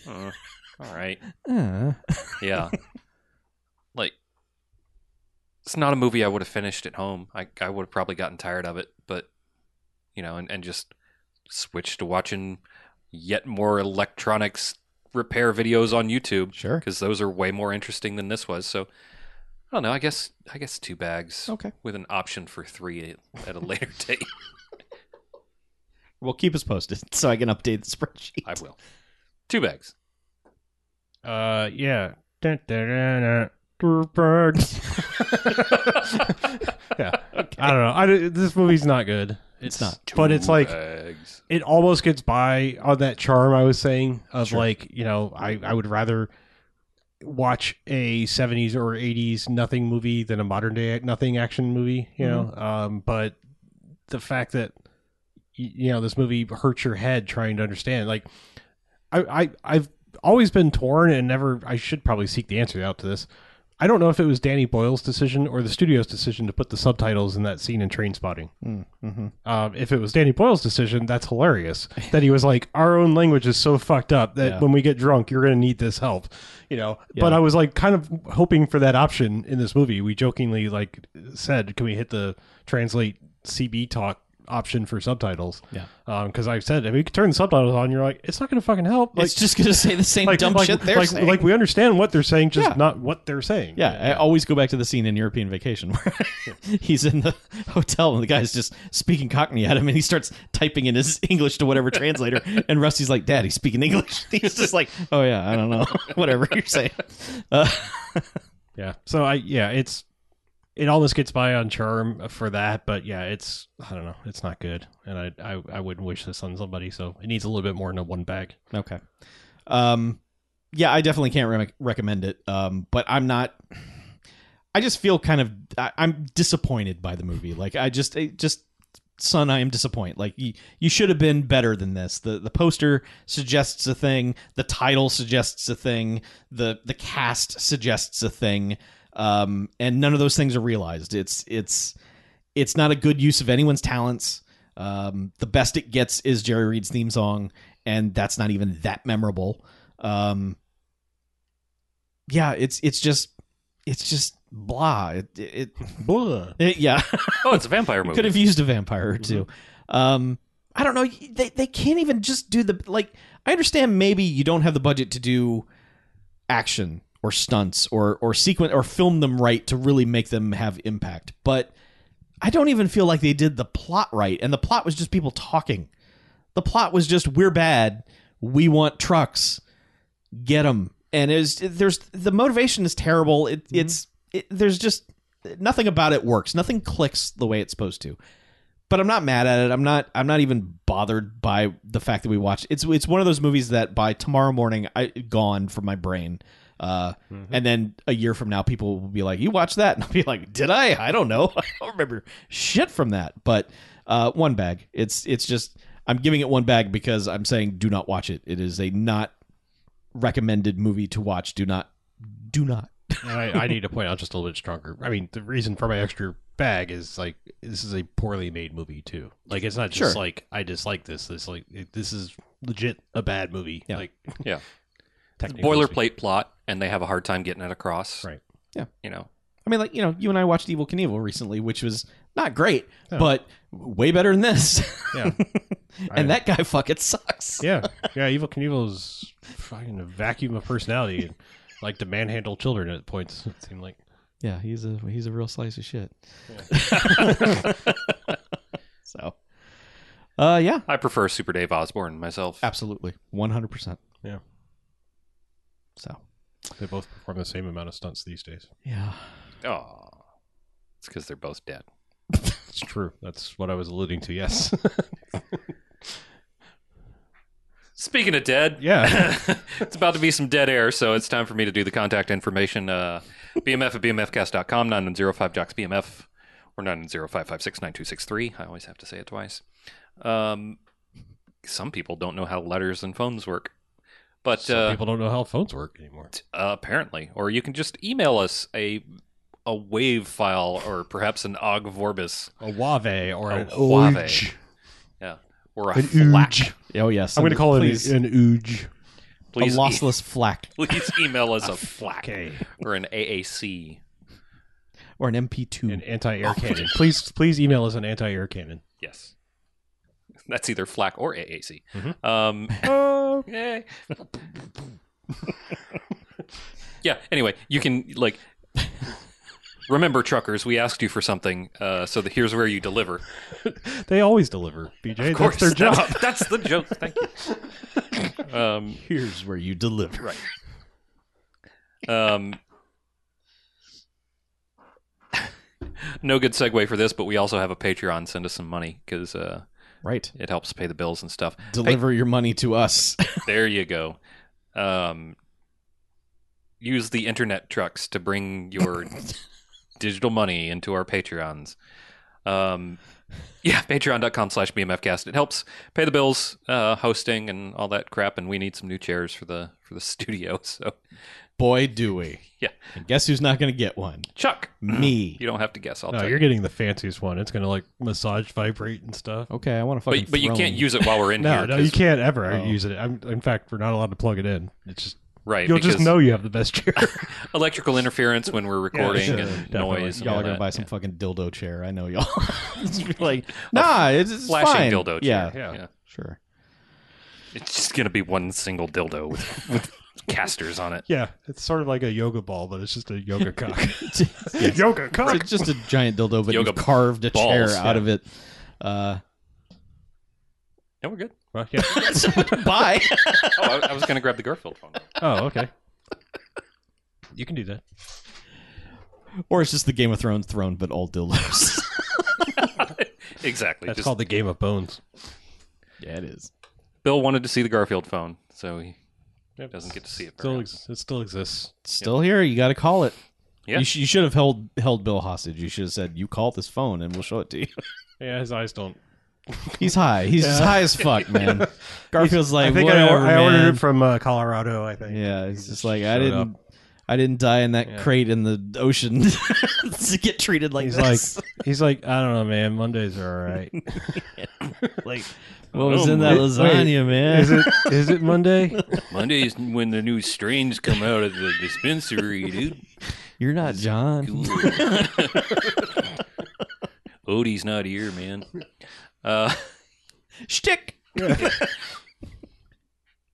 uh, all right. Uh, Yeah. like it's not a movie I would have finished at home. I I would have probably gotten tired of it, but you know, and, and just switched to watching yet more electronics repair videos on [laughs] YouTube sure. because those are way more interesting than this was. So I don't know. I guess I guess two bags Okay. with an option for three at a later [laughs] date. Well, keep us posted [laughs] so I can update the spreadsheet. I will. Two bags. Uh, yeah. Dun, dun, dun, dun. Two birds. [laughs] yeah. I don't know. I, don't- this movie's not good. It's not. But it's Two like bags. it almost gets by on that charm I was saying of Sure. like you know I I would rather watch a 70s or 80s nothing movie than a modern day nothing action movie you Mm-hmm. know um but the fact that y- you know this movie hurts your head trying to understand like I, I I've always been torn and never I should probably seek the answer out to this I don't know if it was Danny Boyle's decision or the studio's decision to put the subtitles in that scene in Train Spotting Mm-hmm. um, if it was Danny Boyle's decision, that's [laughs] hilarious. That he was like, our own language is so fucked up that Yeah. when we get drunk, you're going to need this help, you know. But Yeah. I was like, kind of hoping for that option in this movie. We jokingly like said, can we hit the translate CB talk option for subtitles? Yeah. Because I said, if we could turn the subtitles on, you're like, it's not going to fucking help. Like, it's just going to say [laughs] the same like dumb like, shit they're like, saying. like we understand what they're saying, just Yeah. not what they're saying. yeah, I always go back to the scene in European Vacation where [laughs] he's in the hotel and the guy's just speaking Cockney at him, and he starts typing in his English to [laughs] whatever translator, and Rusty's like, "Dad, he's speaking English." [laughs] He's just like, "Oh yeah, [laughs] I don't know, whatever you're saying." Uh, Yeah. So I yeah, it's it almost gets by on charm for that, but yeah, it's I don't know, it's not good, and I I, I wouldn't wish this on somebody. So it needs a little bit more than a one bag. Okay. Um, yeah, I definitely can't re- recommend it. Um, but I'm not. I just feel kind of I, I'm disappointed by the movie. Like I just it just son, I am disappointed. Like you, you should have been better than this. The the poster suggests a thing. The title suggests a thing. The the cast suggests a thing. Um, and none of those things are realized. It's it's it's not a good use of anyone's talents. Um, the best it gets is Jerry Reed's theme song, and that's not even that memorable. Um, yeah, it's it's just it's just blah. It, it, Blah. it yeah. Oh, it's a vampire movie. [laughs] Could have used a vampire or 2 Um, I don't know. They they can't even just do the like. I understand maybe you don't have the budget to do action or stunts or or sequence or film them right to really make them have impact, but I don't even feel like they did the plot right. And the plot was just people talking. The plot was just we're bad. We want trucks. Get them. And it was, there's the motivation is terrible. It, It's it, there's just nothing about it works. Nothing clicks the way it's supposed to. But I'm not mad at it. I'm not. I'm not even bothered by the fact that we watched. It's it's one of those movies that by tomorrow morning I gone from my brain. Uh, and then a year from now, people will be like, "You watched that?" [laughs] And I'll be like, "Did I? I don't know. [laughs] I don't remember shit from that." But uh, one bag. It's it's just I'm giving it one bag because I'm saying do not watch it. It is a not recommended movie to watch. Do not, do not. I, I need to point out just a little bit stronger. I mean, the reason for my extra bag is like this is a poorly made movie too. Like it's not just Sure. like I dislike this. This like it, this is legit a bad movie. Yeah. Like Yeah. technically speaking. boilerplate plot, and they have a hard time getting it across. Right. Yeah. You know, I mean, like you know, you and I watched Evil Knievel recently, which was not great, but way better than this. Yeah. [laughs] and that guy fucking sucks. Yeah, yeah. Evil Knievel is fucking a vacuum of personality, and like to manhandle children at points. It seemed like Yeah, he's a he's a real slice of shit. [laughs] so, uh, yeah, I prefer Super Dave Osborne myself. absolutely, one hundred percent. Yeah. So they both perform the same amount of stunts these days. yeah, Oh, it's because they're both dead. It's true. That's what I was alluding to. [laughs] Yes. Speaking of dead, yeah. [laughs] it's about to be some dead air, so it's time for me to do the contact information. Uh, BMF at BMFcast.com, 9105 Jocks BMF, or 9105569263. I always have to say it twice. Um, some people don't know how letters and phones work, but Some uh, people don't know how phones work anymore. uh, apparently, or you can just email us a a wave file or perhaps an og vorbis A Wave or A an Wave. Ooge. or a An flack. Ooge. oh yes. I'm going to call please, it an, an Ooge. a Please, e- lossless flack please email us a flack Okay. or an AAC. or an MP two. An anti-air Oh. cannon. Please, please email us an anti-air [laughs] cannon. Yes. That's either FLAC or AAC. Mhm. Um, eh. yeah, anyway, you can, like, remember, truckers, we asked you for something, uh, so the, here's where you deliver. They always deliver, BJ. Of course, That's their job. That's, [laughs] that's the joke. Thank you. Um, Here's where you deliver. right. Um, no good segue for this, but we also have a Patreon. Send us some money because uh, Right. it helps pay the bills and stuff. Deliver your money to us. [laughs] There you go. Um, use the internet trucks to bring your digital money into our Patreons. Um, yeah, patreon.com slash bmfcast. It helps pay the bills, uh, hosting and all that crap, and we need some new chairs for the for the [laughs] studio. So Boy, do we. Yeah. And guess who's not going to get [clears throat] one? Chuck, Me. you don't have to guess. I'll No, tell you're you. getting the fanciest one. It's going to like massage, vibrate, and stuff. Okay, I want to fucking. But, but you throw can't him. use it while we're [laughs] in No, Oh, here. no, you 'cause- can't ever Oh. use it. I'm, in fact, we're not allowed to plug it in. It's just Right. you'll because just know you have the best [laughs] chair. [laughs] electrical interference when we're recording sure, and definitely. noise. and Y'all all are gonna that. buy some Yeah. fucking dildo chair. I know y'all. [laughs] It's be like, nah, it's, it's flashing fine. dildo Yeah, chair. Yeah. yeah. [laughs] sure. It's just gonna be one single dildo with, [laughs] with casters on it. yeah, it's sort of like a yoga ball, but it's just a [laughs] yoga cock. Yes. yoga cock. It's just a giant dildo, but you Yoga carved a chair balls, out yeah. of it. Uh, [laughs] No, [laughs] we're good. Well, yeah. so bye. Oh, I, I was gonna grab the Garfield phone. Oh, okay. You can do that. or it's just the Game of Thrones throne, but all dildos. [laughs] exactly. That's Just, called the Game of Bones. yeah, it is. Bill wanted to see the Garfield phone, so [laughs] he doesn't get to see it. very Still, often. ex- it still exists. Still here. You got to call it. Yeah. You, sh- you should have held held Bill hostage. You should have said, "You call this phone, and we'll show it to you." [laughs] Yeah, his eyes don't. He's high. He's just high as [laughs] fuck, man. Garfield's like, I think I, whatever, or- I ordered man." it from uh, Colorado. I think. Yeah, he's just like, I showed didn't, I didn't die in that Yeah. crate in the ocean [laughs] to get treated like He's [laughs] this. like, he's like, I don't know, man. Mondays are all right. like, what was in that wait, lasagna, man? is it? Is it Monday? Monday is when the new strains come out of the dispensary, dude. [laughs] You're not John. Cool. Odie's not here, man. Uh, Shtick.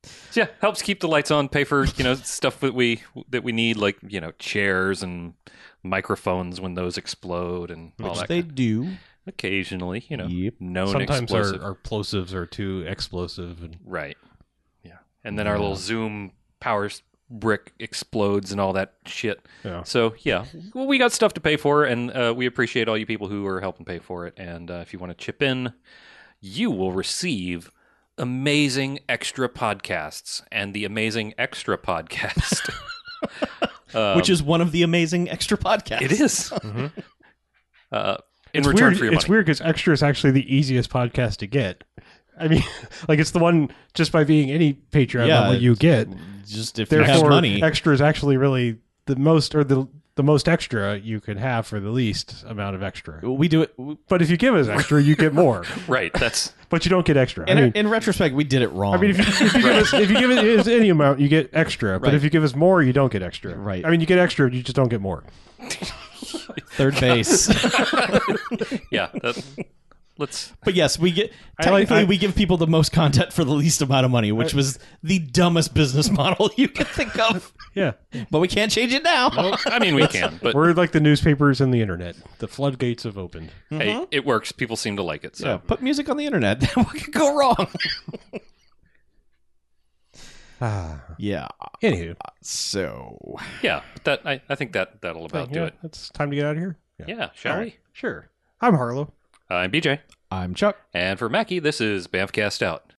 so yeah, helps keep the lights on, pay for you know stuff that we that we need, like you know chairs and microphones when those explode and all Which that. they kind- do. occasionally, you know, Yep. known Sometimes explosive. our, our plosives are too explosive. And Right. Yeah. And then our little Zoom power s- brick explodes and all that shit. Yeah. So, yeah, well, we got stuff to pay for, and uh, we appreciate all you people who are helping pay for it. And uh, if you want to chip in, you will receive amazing extra podcasts and the amazing extra podcast. [laughs] Um, Which is one of the amazing extra podcasts. it is. Uh, in Mm-hmm. it's return weird, for your it's money. weird because extra is actually the easiest podcast to get. I mean, [laughs] like it's the one just by being any Patreon Yeah, level you get. Just if you have Therefore, money. extra is actually really the most or the the most extra you could have for the least amount of extra. we do it. we- But if you give us extra, you get [laughs] more, Right. That's but you don't get extra. I In, mean, in retrospect, we did it wrong. I mean, if you, if you give us if you give us any amount, you get extra. But Right. if you give us more, you don't get extra. Right. I mean, you get extra, you just don't get more. [laughs] third base. yeah. That, let's but yes, we get I like- technically I- we give people the most content for the least amount of money, which was the dumbest business [laughs] model you could think of. Yeah, but we can't change it now. I mean we can, but we're like the newspapers and the internet. The floodgates have opened. hey, it works. People seem to like it. So Yeah, put music on the internet. [laughs] what could go wrong? yeah. Anywho, So Yeah, but that I, I think that that'll about do yeah, it. it's time to get out of here. Yeah, shall All right. Sure. I'm Harlow. we? I'm BJ, I'm Chuck. and for Mackie, this is Bamfcast out.